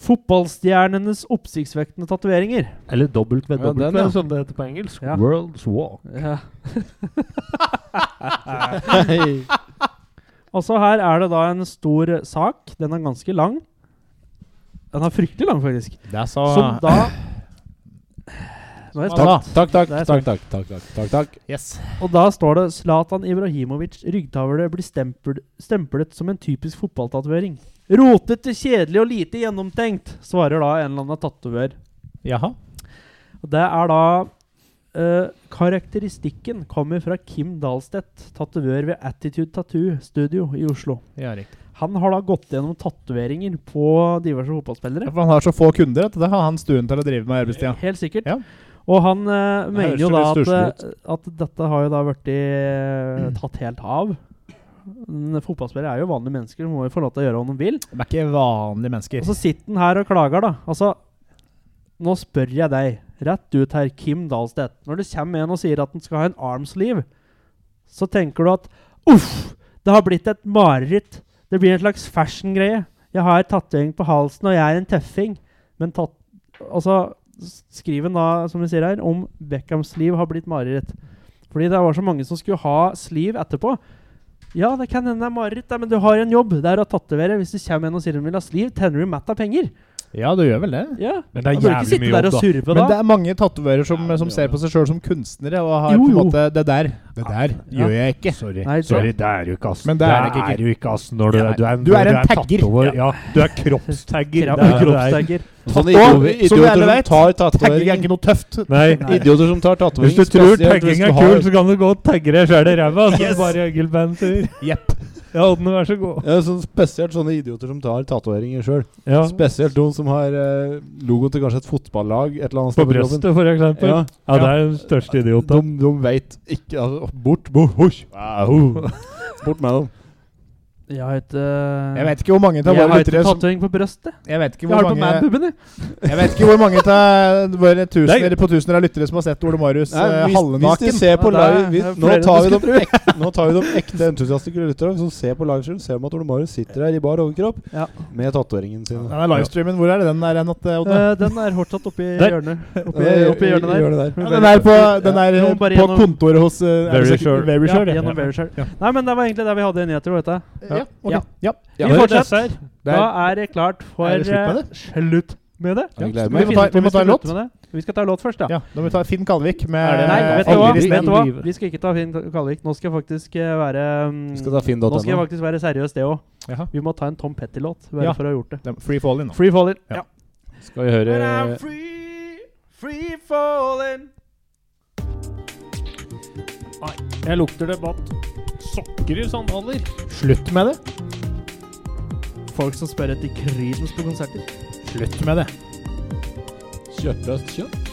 Fotballstjernenes oppsiktsvekkende tatoveringer.
Eller dobbelt ved
Ja,
dobbelt,
den, ja.
sånn
som det heter på engelsk.
Ja.
World's Walk.
Ja. Altså, her er det da en stor sak. Den er ganske lang. Den er fryktelig lang, faktisk.
Det sa
Som da Nå er jeg spent.
Takk, takk, takk.
Det er
takk, takk, takk, takk, takk, takk. Yes.
Og da står det Zlatan Ibrahimovic ryggtavle blir stempel, stemplet som en typisk fotballtatovering. Rotete, kjedelig og lite gjennomtenkt, svarer da en eller annen tatover.
Jaha.
Og Det er da eh, Karakteristikken kommer fra Kim Dahlstedt, tatovør ved Attitude Tattoo Studio i Oslo.
Ja, riktig.
Han har da gått gjennom tatoveringer på diverse fotballspillere.
For han har så få kunder at det har han stuen til å drive med i arbeidstida.
Helt sikkert.
Ja.
Og han eh, mener
høres
jo
jo
da
litt
at, eh, at dette har jo da vært i, eh, tatt helt av. Men Fotballspillere er jo vanlige mennesker, de må jo få lov til å gjøre hva de vil.
De er ikke vanlige mennesker.
Og så sitter han her og klager, da. Altså, nå spør jeg deg rett ut her, Kim Dahlstedt. Når det kommer en og sier at han skal ha en armsleeve, så tenker du at uff, det har blitt et mareritt. Det blir en slags fashion-greie. Jeg har tatovering på halsen, og jeg er en tøffing. Men tatt... Altså, skriv en da, som vi sier her, om Beckhams liv har blitt mareritt. Fordi det var så mange som skulle ha sleeve etterpå. Ja, det kan hende det er mareritt, da, men du har en jobb. Det er å tatovere. Hvis det kommer en og sier de vil ha sleeve, tenner du matt av penger.
Ja, du gjør vel det.
Ja.
Men det
Da bør
er
du ikke
jævlig
sitte der
mye
og
jobb, da.
surre på
Men
da.
det er mange tatoverer som, som ser på seg sjøl som kunstnere og har
Jo,
på en
jo.
måte Det der Det der gjør jeg ikke.
Sorry.
Nei,
Sorry, det er du ikke, ass.
Men det er det ikke.
du ikke, ass. Når du,
Nei.
du, er,
Du er
når
en tagger.
tatover- Ja, du er kroppstagger. Det er- det er-
Kroppstegger.
Sånne
Og,
idioter,
som vi alle
idioter som
vet,
tar
Tagging er
tatoveringer.
ikke noe tøft.
Nei.
Idioter som tar
Hvis
tatoveringer.
du tror
spesielt hvis
tagging er
du har-
kul, så kan du gå og tagge deg sjæl i ræva. Yes. Bare Egil-bandsur.
Jepp.
Ja, Odne, vær så god.
Ja, sånn spesielt sånne idioter som tar tatoveringer sjøl.
Ja.
Spesielt de som har eh, logoen til kanskje et fotballag et eller annet
På
sted kroppen.
brøstet, for eksempel.
Ja.
Ja, det er den største
De,
idioten.
de veit ikke altså, Bort, bort, husj. Au. Bort med dem.
Jeg har et eh,
Jeg vet ikke hvor mange av
jeg
våre
har ikke
lyttere som
tatovering på brøstet.
Jeg vet ikke
Jeg har
hvor
det på
mange
manpuben, jeg.
Jeg vet ikke hvor mange av våre tusener
Nei.
på tusener av lyttere som har sett Ole Marius
Nei,
eh,
hvis, hvis de
halvnaken.
ser på
Ja, det er-
live hvis,
det er
nå,
flere
tar vi
enn du
de ekte, nå tar vi de ekte entusiastiske lytterne som ser på livestream, ser de at Ole Marius sitter her i bar overkropp
Ja.
med tatoveringen sin.
Den er livestreamen. Hvor er det den der hen? at, eh, Odd?
Eh, den er fortsatt oppi
Der.
hjørnet. Oppi,
Ja,
oppi hjørnet der.
Gjør det der.
Ja, den er på, den er
Ja,
eh,
bare
på
gjennom-
kontoret hos eh, er det
Very
sikkert-
sure.
Very Sure.
ja,
ja.
gjennom Verisher. Nei, men det var egentlig det vi hadde i nyheter. Vet du.
Ja, ok.
Ja.
Ja.
Ja,
Vi
det er
fortsetter.
dessert.
Der.
Da er det klart for
Er det slutt med
eh, slutt med det.
Jeg gleder
Vi
meg.
må ta-
finne ut om
vi må ta en
skal
låt.
slutte med det. Vi skal ta en låt først, ja.
Ja, da må vi ta Finn Kalvik med
Er det-
Nei,
Nei,
vet du hva?
aldri
Vet du hva?
livet.
Vi skal ikke ta Finn Kalvik. Nå skal jeg faktisk eh, være mm,
Vi skal ta
Nå skal jeg
finn.no.
faktisk være seriøs, det òg.
Jaha.
Vi må ta en Tom Petty-låt bare
Ja.
for å ha gjort det.
Den- Free Falling, da.
Free Falling.
Ja.
Ja.
Skal vi høre
free, free falling.
Jeg lukter debatt. Sokker i sandaler.
Slutt med det.
Folk som spør etter Creedence på konserter.
Slutt med det.
Kjøttløst kjøtt?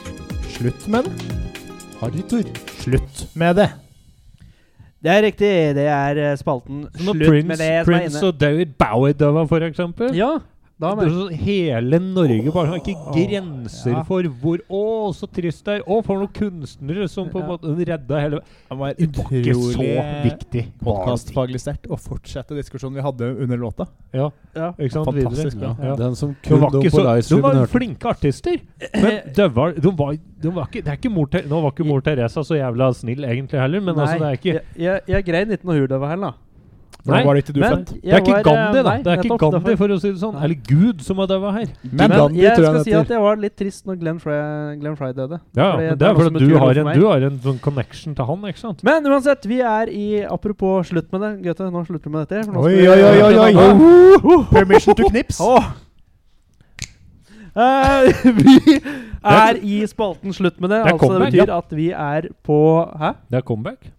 Slutt med det.
Harrytur.
Slutt med det.
Det er riktig. Det er eh, spalten
Når
Slutt
Prince,
med det som er
Prince
inne.
og David Bowie døde, for eksempel.
Ja, Da
det er
merker-
sånn hele Norge bare har ikke grenser
ja.
for hvor Å, så trist det er! Å, for noen kunstnere som på en
Ja.
måte redda hele
Det var
Det var ikke så
utrolig
viktig.
podkastfaglig sterkt å fortsette diskusjonen vi hadde under låta.
Ja,
ja.
ikke sant?
Fantastisk
Videre.
bra.
Ja.
Den som
De
kun
var,
de på
ikke så, de
livestreamen
var
hørte.
flinke artister, men de var, de var, de var ikke, det er ikke mor, Te- Nå var ikke mor Teresa så jævla snill egentlig heller, men altså, det er ikke
jeg, jeg, jeg grein ikke noe hurdøvehæl, da.
Nei,
Nei,
var det ikke du
Men
født?
det er ikke
jeg var, eh,
Gandhi, da.
nei,
Det er ikke
nettopp,
Gandhi,
derfor-
for å si det sånn.
Nei.
Eller Gud som har daua her.
Men
Men
Gandhi,
jeg
tror jeg
skal
det
si at
heter.
jeg var litt trist når Glenn Fry, Glenn Fry døde.
Ja,
Fordi det er noe
men det er
som
fordi du
betyr noe
har
for
en,
meg.
du har en sånn connection til han, ikke sant?
Men uansett, vi er i Apropos slutt med det. Gaute, nå slutter vi med dette. for nå skal
Oi,
vi-
oi, oi, oi, oi.
Permission to knips.
Åh. Eh, vi er i spalten Slutt med det.
Det er
altså det
comeback,
betyr at vi er på Hæ?
Det er comeback.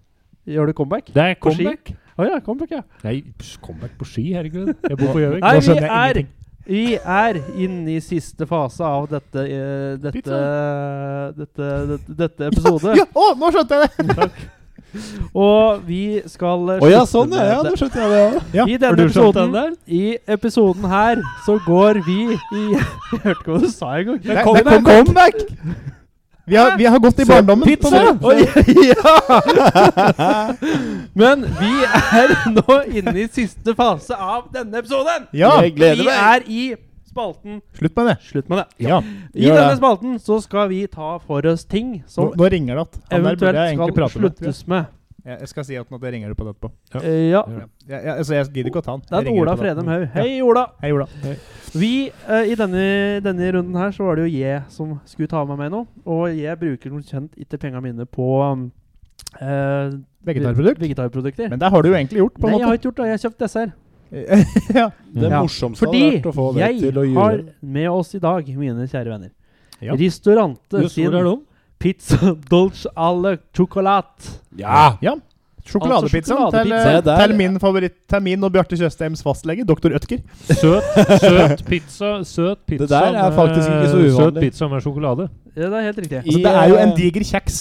Gjør du comeback?
Det er
På ski?
comeback.
Å ja, comeback, ja.
Nei, pss, comeback på ski, herregud. Jeg bor på Gjøvik.
Nei,
Nå
vi
skjønner jeg
er,
ingenting.
vi er inne i siste fase av dette eh, dette, dette, dette, dette episode.
Ja, å, nå skjønte jeg det!
Og vi skal eh,
Å ja,
slutte
sånn
med
ja! ja
det.
Nå skjønte jeg det. Ja.
I denne
du skjønt
episoden, I episoden her så går vi i Jeg hørte ikke hva du sa engang.
Det, det, det er comeback! Vi har, vi har gått i barndommen.
Titt
Sånn.
nå! ja! Men vi er nå inne i siste fase av denne episoden.
Ja,
Jeg gleder
vi
meg.
er i spalten
slutt med det.
Slutt med det.
Ja.
I
Gjør
denne
det.
spalten så skal vi ta for oss ting
Nå,
som
nå ringer det at Han der burde jeg
eventuelt
egentlig
skal
prate med. tror jeg.
sluttes med.
Jeg jeg skal si at nå det ringer du på det etterpå.
Ja.
Eh, Ja.
Ja. Jeg, jeg, altså, jeg gidder ikke å ta han.
Det er
Jeg ringer
Ola
på det.
Fredem Haug. Hei, Ola.
Hei, Ola.
Vi, eh, I denne, denne runden her så var det jo jeg som skulle ta med meg nå. Og jeg bruker som kjent ikke pengene mine på um, eh,
Vegetarprodukt.
vegetarprodukter.
Men det har du jo egentlig gjort, på
Nei,
en
jeg har
måte.
ikke gjort det. Jeg har kjøpt dessert.
ja.
Det
Ja.
morsomste
Fordi
hadde vært å få det
jeg
til å
har
gjøre.
med oss i dag, mine kjære venner,
Ja.
Ristorante
Du
sin
står der nå.
pizza dolce alle chocolate.
Ja!
ja. Sjokoladepizzaen
Altså,
til,
Se der.
til min favoritt, til min og Bjarte Tjøstheims fastlege, doktor Ødker.
Søt, søt pizza. Søt pizza
Det der er
med-
faktisk ikke så
Søt
uvanlig.
pizza med sjokolade.
Ja, det er helt riktig.
Altså, det er
eh,
jo en diger kjeks.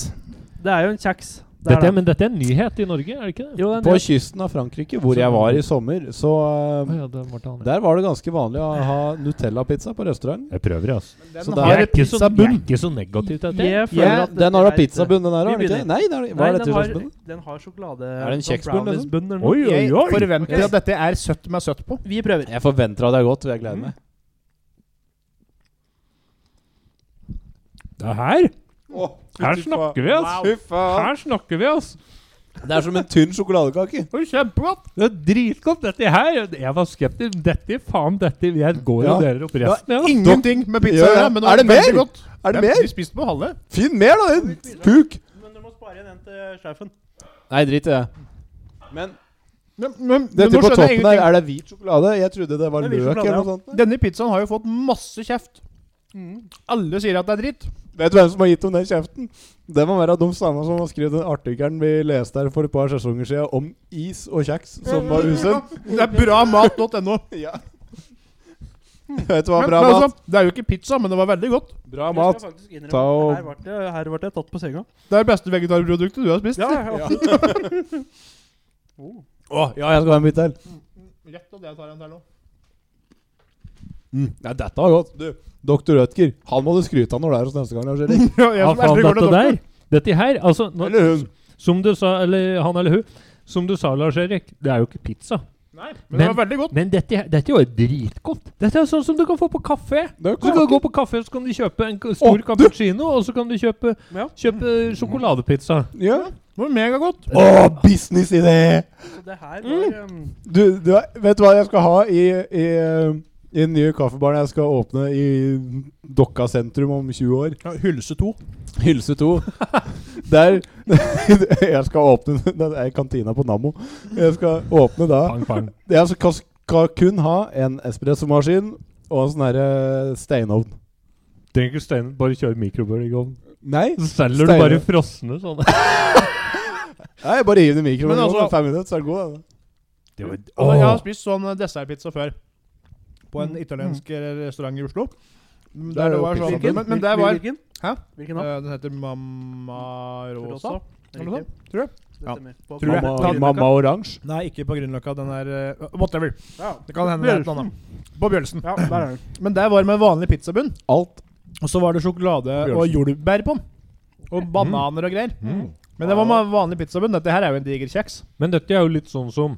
Det er jo en kjeks. Det er
Dette, er-
det.
men dette er en nyhet i Norge, er det ikke det?
Jo, det er en
På
del.
kysten av Frankrike, hvor jeg var i sommer, så
Å
eh,
ja, det var til han, ja.
Der var det ganske vanlig å ha Nutella-pizza på restauranten.
Jeg prøver, altså.
Så
Den har
Jeg er ikke så, jeg er
pizzabunn.
ikke så negativ til dette.
Jeg føler
Ja,
at
den har da
er-
pizzabunn, den her, har den
Vi
ikke? det? Nei, det er, hva
Nei,
er dette
den har,
kjøttbunnen?
den har sjokolade
Er det en
sånn
kjeksbunn,
brownies
liksom?
bunn eller noe.
Oi, oi,
Jeg
oi!
forventer at dette er søtt med søtt på.
Vi prøver.
Jeg forventer at det er godt, og jeg gleder meg.
Det her Her snakker vi, altså!
faen.
Her snakker vi, altså!
Det er som en tynn sjokoladekake.
Det er kjempegodt! Det er dritgodt, dette her! Jeg var skeptisk. Dette, faen, dette Jeg går og
Ja.
deler opp
Det
resten,
har
jeg.
ingenting med pizza å
Ja, ja.
gjøre, men
Er
det var
det
veldig
mer?
godt.
Er det
Ja,
mer?
Vi spiste på halve.
Finn mer, da! din Kuk!
Men du må spare igjen en til sjefen.
Nei, drit i det. Men
Men, men, men
dette
nå
på
skjønner jeg
toppen her,
ingenting.
er det hvit sjokolade? Jeg trodde det var
Det er hvit
løk
sjokolade,
eller noe
ja.
sånt.
Denne pizzaen har jo fått masse kjeft.
Mm.
Alle sier at det er dritt.
Vet du hvem som har gitt dem den kjeften? Det må være de samme som har skrevet den artikkelen vi leste her for et par sesonger siden om is og kjeks som
Mm.
var usunn.
Det er bramat.no.
Ja. Vet du hva
Men-
bra
men altså,
mat?
Det er jo ikke pizza, men det var veldig godt.
Bra mat. Ta og-
Her ble jeg, her ble jeg tatt på senga.
Det er det beste vegetarproduktet du har spist.
Ja, ja.
Å, ja, jeg skal ha en bit til.
Rett og det tar jeg en del nå.
Mm. Nei, dette var godt. Du, doktor Rødger, han må du skryte av når det er hos neste gang. det skjer.
Ja, jeg
Ja,
som
faen,
aldri går til doktor.
dette der. Dette her, altså nå,
Eller hun.
Som du sa, eller han eller hun. Som du sa, Lars-Erik, det er jo ikke pizza.
Nei, men det
Men-
var veldig godt.
Men dette, her- dette er jo dritgodt. Dette er sånn som du kan få på kafé.
Det er
Så kan du gå på kafé, så kan du kjøpe en k- stor
Å, du-
cappuccino, og så kan du kjøpe,
Ja.
kjøpe sjokoladepizza.
Ja.
Det var megagodt.
Å, businessidé!
Så det her var um,
Du, du, vet du hva jeg skal ha i, i, i den nye kaffebaren jeg skal åpne i Dokka sentrum om 20 år?
Ja, Hylse 2.
Hylse 2. Der Jeg skal åpne Det er kantina på Nammo. Jeg skal åpne da
Pang, pang.
Jeg skal, skal kun ha en espressomaskin og en sånn herre steinovn.
Trenger ikke stein, bare kjør mikrobølgeovn.
Nei,
Så selger
Steiner.
du bare frosne sånne.
Nei, bare hiv den i mikroen.
Men altså-
om fem minutter, så er det god. da.
Altså, jeg har spist sånn eh, dessertpizza før. På en italiensk eh, restaurant i Oslo. Mm,
er
Der det
jo
var
pizza.
sånn
Hvilken?
Men, men det var
Hvilken?
Hæ?
Hvilken da?
eh, Den heter Mamma Rosa.
Rosa?
Eller noe sånt,
Riktig.
tror jeg.
Det
Ja.
stemmer. På-
Tror jeg.
på- på
Ta-
Grünerløkka.
Mamma oransje?
Nei, ikke på Grünerløkka. Den er eh, Whatever.
Ja.
Det kan hende det er et
Bjølsen.
eller annet. På Bjølsen.
Ja, der er den.
Men der var det med vanlig pizzabunn.
Alt.
Og så var det sjokolade
Bjølsen.
og jordbær på den. Og bananer og greier. Men det var med vanlig pizzabunn. Dette her er jo en diger kjeks.
Men dette er jo litt sånn som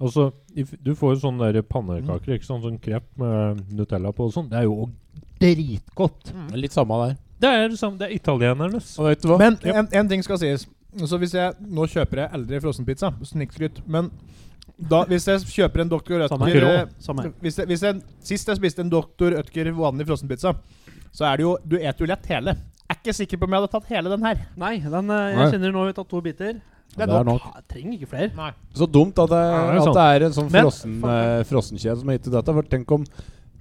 Altså, if, du får jo sånne der pannekaker, ikke sant? Sånn krepp med Nutella på og sånn. Det er jo dritgodt.
Det er Mm. Litt samme der.
Det er det samme. Det er italienernes.
Og vet du hva?
Men en, en ting skal sies. Så hvis jeg, Nå kjøper jeg aldri frossenpizza. Snikskryt. Men da, hvis jeg kjøper en Dr.
Samme
Rødtger
her. Samme her.
hvis jeg, hvis jeg, Sist jeg spiste en Dr. Rødtger vanlig frossenpizza, så er det jo Du eter jo lett hele. Jeg er ikke sikker på om jeg hadde tatt hele den her.
Nei, den, eh,
Nei.
jeg kjenner nå vi har tatt to biter.
Det er
Det er
nok.
nok.
Ah, Jeg trenger ikke flere.
Nei.
Så dumt at det,
det er
at
sant.
det er en sånn
Men-
frossen, eh, frossenkjede som heter dette. For tenk om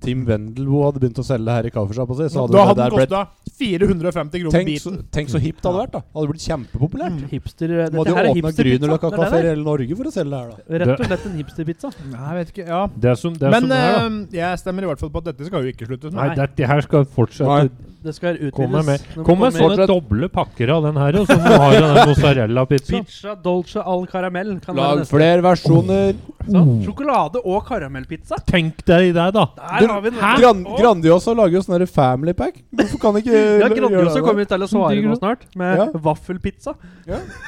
Tim Wendelboe hadde begynt å selge det her i kaffesjappa si. Så hadde
Da
det
hadde
der
den
blitt
kosta 450 kroner
tenk så,
biten.
tenk så hipt det hadde vært, da. Hadde blitt kjempepopulært.
Hipster eh, Mm.
Du
Dette
hadde
her
jo
er
åpna
hipsterpizza.
Grünerløkka
Det er
kafé
det
i
der.
hele Norge for å selge det her, da.
Det-
Rett og slett en hipsterpizza.
Nei, jeg vet ikke. Ja.
Det er som, det er
Men
som det her, da.
eh, jeg stemmer i hvert fall på at dette skal jo ikke sluttes med.
Nei, dette her skal
Nei.
fortsette.
Det skal utvides.
Kom med, mer.
Det må
kom med
komme-
sånne doble pakker av den her, og så må du ha den mozzarella-pizza.
Pizza dolce al caramel. Kan være
Lag
neste.
flere versjoner.
Så, Sjokolade og karamellpizza.
Tenk deg det, da.
Der har vi den.
Hæ?
Gran Grandiosa lager jo sånn her family pack. Hvorfor kan ikke
Ja,
gjøre
Grandiosa
det?
kommer vi til å svare nå snart, med
Ja.
vaffelpizza.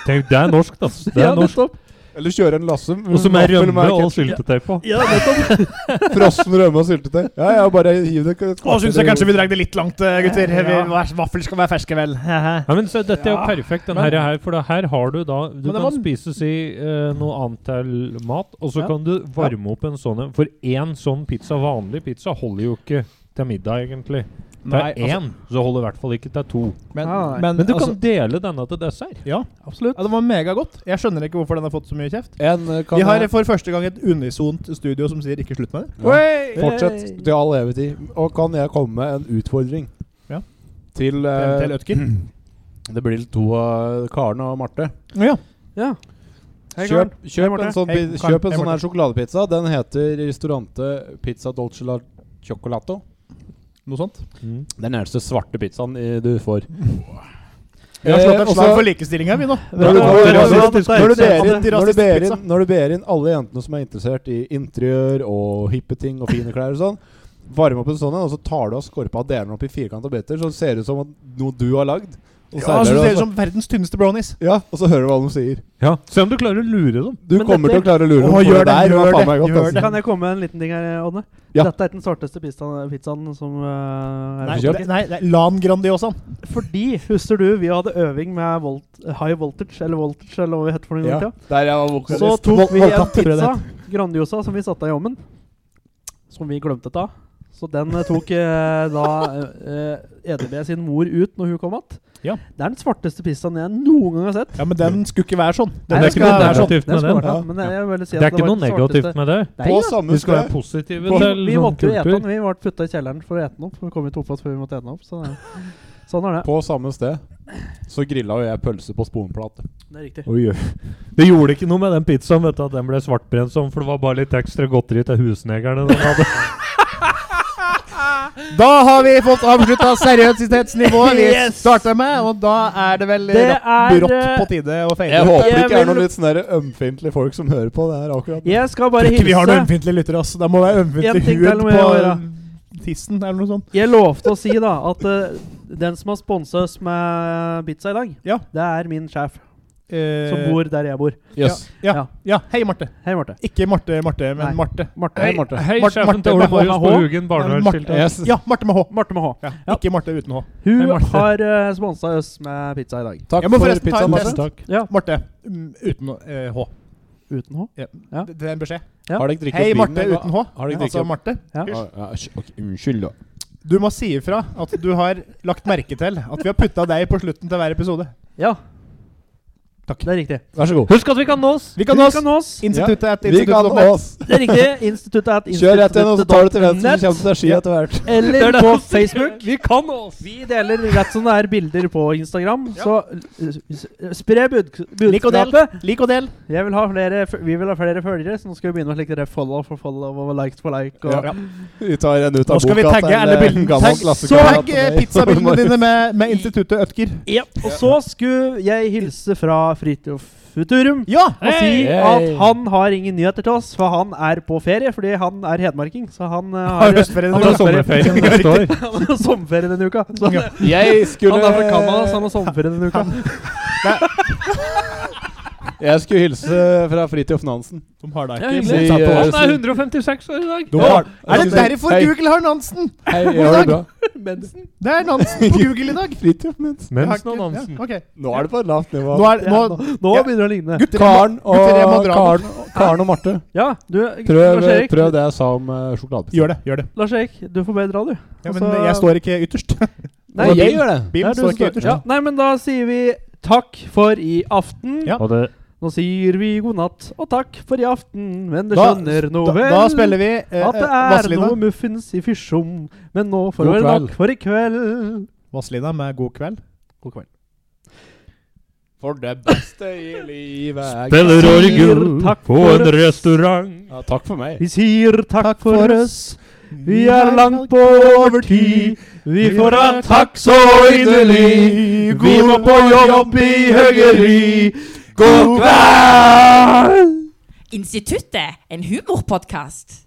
Tenk, det er norsk, da. Det er norsk.
Eller kjøre en lasse
Og som er rømme og syltetøy på.
Ja, nettopp.
Frossen rømme og syltetøy. Ja, ja, bare hiv det et
Nå syns jeg kanskje vi drar det litt langt, eh, gutter. Vi-
Ja.
vær- Vaffel skal være ferske, vel.
Ja, men så Dette er jo
Ja.
perfekt, den
Men-
her, her, for da her har du da Du
Men det
kan
var-
spise si eh, noe annet til mat, og så
Ja.
kan du varme opp en sånn en. For én sånn pizza, vanlig pizza, holder jo ikke til middag, egentlig. Til
Nei, altså-
én, så holder i hvert fall ikke til to.
Nei,
Men,
nei.
men,
Men du
altså,
kan dele denne til dessert.
ja.
Absolutt.
ja, det var megagodt. Jeg skjønner ikke hvorfor den har fått så mye kjeft.
En eh, kan
Vi har for første gang et unisont studio som sier 'ikke slutt med det'.
Ja. Fortsett til all evig tid. Og kan jeg komme med en utfordring?
Ja.
Til, eh,
Til Ødker.
Det blir to av Karen og Marte.
Ja.
Ja. Hei, Karl.
Kjøp, kjøp
Marte.
en sånn,
Hei,
pi-
Karen.
kjøp en
Hei,
sånn her
Marte.
sjokoladepizza. Den heter Ristorante Pizza Dolce La Chocolato.
Noe sånt.
Mm.
Den eneste svarte pizzaen i, du får.
Vi har slått
Eh,
et
og
slag
så-
for likestilling her, vi nå.
Når du- når du- når du- når du ber inn- når du
Antirasistisk
ber
pizza.
inn- Når du ber inn alle jentene som er interessert i interiør og hippe ting og fine klær og sånn, varme opp en sånn en, og så tar du av skorpa og deler den opp i firkanta biter, så det ser ut som at noe du har lagd. Og
Ja,
serverer
så ser
det, og så-
ut som verdens tynneste brownies.
ja, og så hører du hva de sier.
Ja, Se om du klarer å lure dem.
Du
Men
kommer til å
dette-
klare å lure dem.
Å,
for
gjør det,
der var
gjør
faen
det,
meg godt,
gjør
altså.
Kan jeg komme med en liten ting her, Odne?
Ja.
Dette er den svarteste pizzaen, pizzaen som eh, er
Nei,
kjøpt.
det- nei, det er Lan Grandiosaen.
Fordi, husker du, vi hadde øving med volt, high voltage, eller voltage, eller hva vi het for noen
Ja,
ganger
der jeg var
siden.
vokalist.
Så tok vi en
Vokalist, tror jeg det
pizza,
heter.
Grandiosa, som vi satte av i ovnen. Som vi glemte ta. Så den eh, tok eh, da eh, EDB sin mor ut når hun kom att.
Ja.
Det er den svarteste pizzaen jeg noen gang har sett.
Ja, men den skulle ikke være sånn. Den
Nei,
det er
skal
ikke noe
være sånn.
negativt med
skal
den.
være
Ja.
sånn, Men jeg vil si
Det
at
er ikke
var
noe
den
negativt
svarteste-
med det.
Nei,
På
da.
samme
Vi skal
sted.
være positive
Vi, vi
til sånn
måtte jo ete den.
kultur.
Vi ble putta i kjelleren for å ete den opp. For vi kom ikke opp oss før vi måtte ete den opp. Så det, sånn er det.
På samme sted så grilla jo jeg pølse på sponplate.
Det er riktig.
Oi, oi. Det gjorde ikke noe med den pizzaen, vet du, at den ble svartbrent sånn, for det var bare litt ekstra godteri til husnegerne den hadde.
Da har vi fått avslutta seriøsitetsnivået vi starta med, og da er det vel
Det er
Brått
eh,
på tide å feire.
Jeg håper det ikke er
vil-
noen litt sånn der ømfintlige folk som hører på det her akkurat. nå.
Jeg skal
Tror
bare
ikke vi har noen
hilse.
ømfintlige lyttere, ass. Det må være
En ting
ømfintlig
til
hud
må jeg
på
gjøre.
tissen eller noe sånt.
Jeg lovte å si da at eh, den som har sponsa oss med pizza i dag,
Ja.
det er min sjef,
Eh,
som bor der jeg bor.
Yes.
Ja.
Ja.
ja. Hei, Marte.
Hei, Marte.
Ikke Marte, Marte, men
Nei.
Marte.
Marte,
Hei, Marte.
Hei,
Marte-
sjefen
Marte
til Ole
med H,
Marius
med H.
på Hugen barnevernstiltak.
Yes.
Ja, Marte med H.
Marte med H.
Ja.
Ja.
Ikke Marte uten H.
Hun
Hei, Marte.
har uh, sponsa oss med pizza i dag.
Takk
Jeg må
for
forresten ta
pizzaen,
en
Marte.
test.
Takk.
Marte mm, uten eh, H.
Uten H. Ja.
Det det er en beskjed.
Ja.
Har dere drikket
Hei,
opp vinen,
Marte
eller?
uten H.
Har dere drikket
Altså
opp-
Marte.
Ja.
Ah, Ja, ja, sk- ok, Unnskyld, da.
Du må si ifra at du har lagt merke til at vi har putta deg på slutten til hver episode.
Ja.
Takk.
Det er riktig.
Vær så god.
Husk at vi kan nås!
Vi kan
Du
nå
kan nå oss.
Instituttet etter
Vi kan
instituttet.net.
oss.
Det er riktig. Instituttet er et
Kjør rett igjen, og så tar du til venstre, så
instituttet.net,
kommer du til ski etter hvert.
Det er
Eller
det
på
som sier-
Facebook.
Vi kan nås!
Vi deler rett som det er bilder på Instagram, så eh, s- eh, spre bud
Lik og del.
budskapet.
Lik og del.
Jeg vil ha flere, f- vi vil ha flere følgere, så nå skal vi begynne med slikt der follow for follow og like for like. Og
Ja. Vi tar en ut
Nå
av boka.
skal vi tagge
til,
alle
eh,
bildene.
gammel
Tagg-
klassekamerat
Tagg eh,
av meg.
pizzabildene dine med, med Instituttet Ødker.
Ja, og så skulle jeg hilse fra Fridtjof Futurum
Ja!
og si
Hei!
at han har ingen nyheter til oss, for han er på ferie fordi han er hedmarking. Så han eh,
Har
har,
du høstferie
Han
nå?
tar sommerferie neste år.
han har sommerferie denne uka. Så han,
Jeg skulle
han er fra Canada, så han har sommerferie denne uka.
Jeg skulle hilse fra Fridtjof Nansen.
De har da
Ja,
ikke
hyggelig.
Si, eh,
Han er 156 år i dag.
De
Ja,
har-
Er
Jeg
det
skulle si,
derfor
hei,
Google har Nansen?
Hei, jeg har det bra.
Mensen.
Det er Nansen på Google i dag.
Fridtjof Nansen.
Mensen og
Jeg har ikke-
Nansen.
Ja, ok.
Nå er det på et lavt nivå.
Nå er
Ja, nå,
nå,
nå
ja.
begynner det å ligne.
Gutter,
Karen og,
gutter, jeg må dra nå.
Karen, Karen og Marte,
Ja, du,
prøv,
Lars Erik,
prøv det jeg sa om uh, sjokoladepistolen.
Gjør det. gjør det
Lars Erik, du får bare dra, du.
ja, Men
Altså-
jeg står ikke ytterst.
Nei,
Og jeg gjør det.
Bilen
det er
står
du sånn. som
ikke
står-
ytterst.
ja. Nei, men da sier vi takk for i aften.
Ja.
Og det
Nå sier vi god natt og takk for i aften, men det
Da-
skjønner nå
da,
vel
da spiller vi eh,
at det
eh,
er
Vazelina.
noe muffins i fysjom, men nå får det være
God kveld.
nok for i kveld.
Vazelina med God kveld.
God kveld.
For det beste i livet
Spiller
Sier
orgel
takk
på
for
en
oss.
restaurant.
Ja, takk for meg.
Vi sier takk, for oss. Vi er langt på overtid. Vi får ha takk så inderlig. Vi må på jobb i høyeri. God kveld!
Instituttet, en humorpodkast.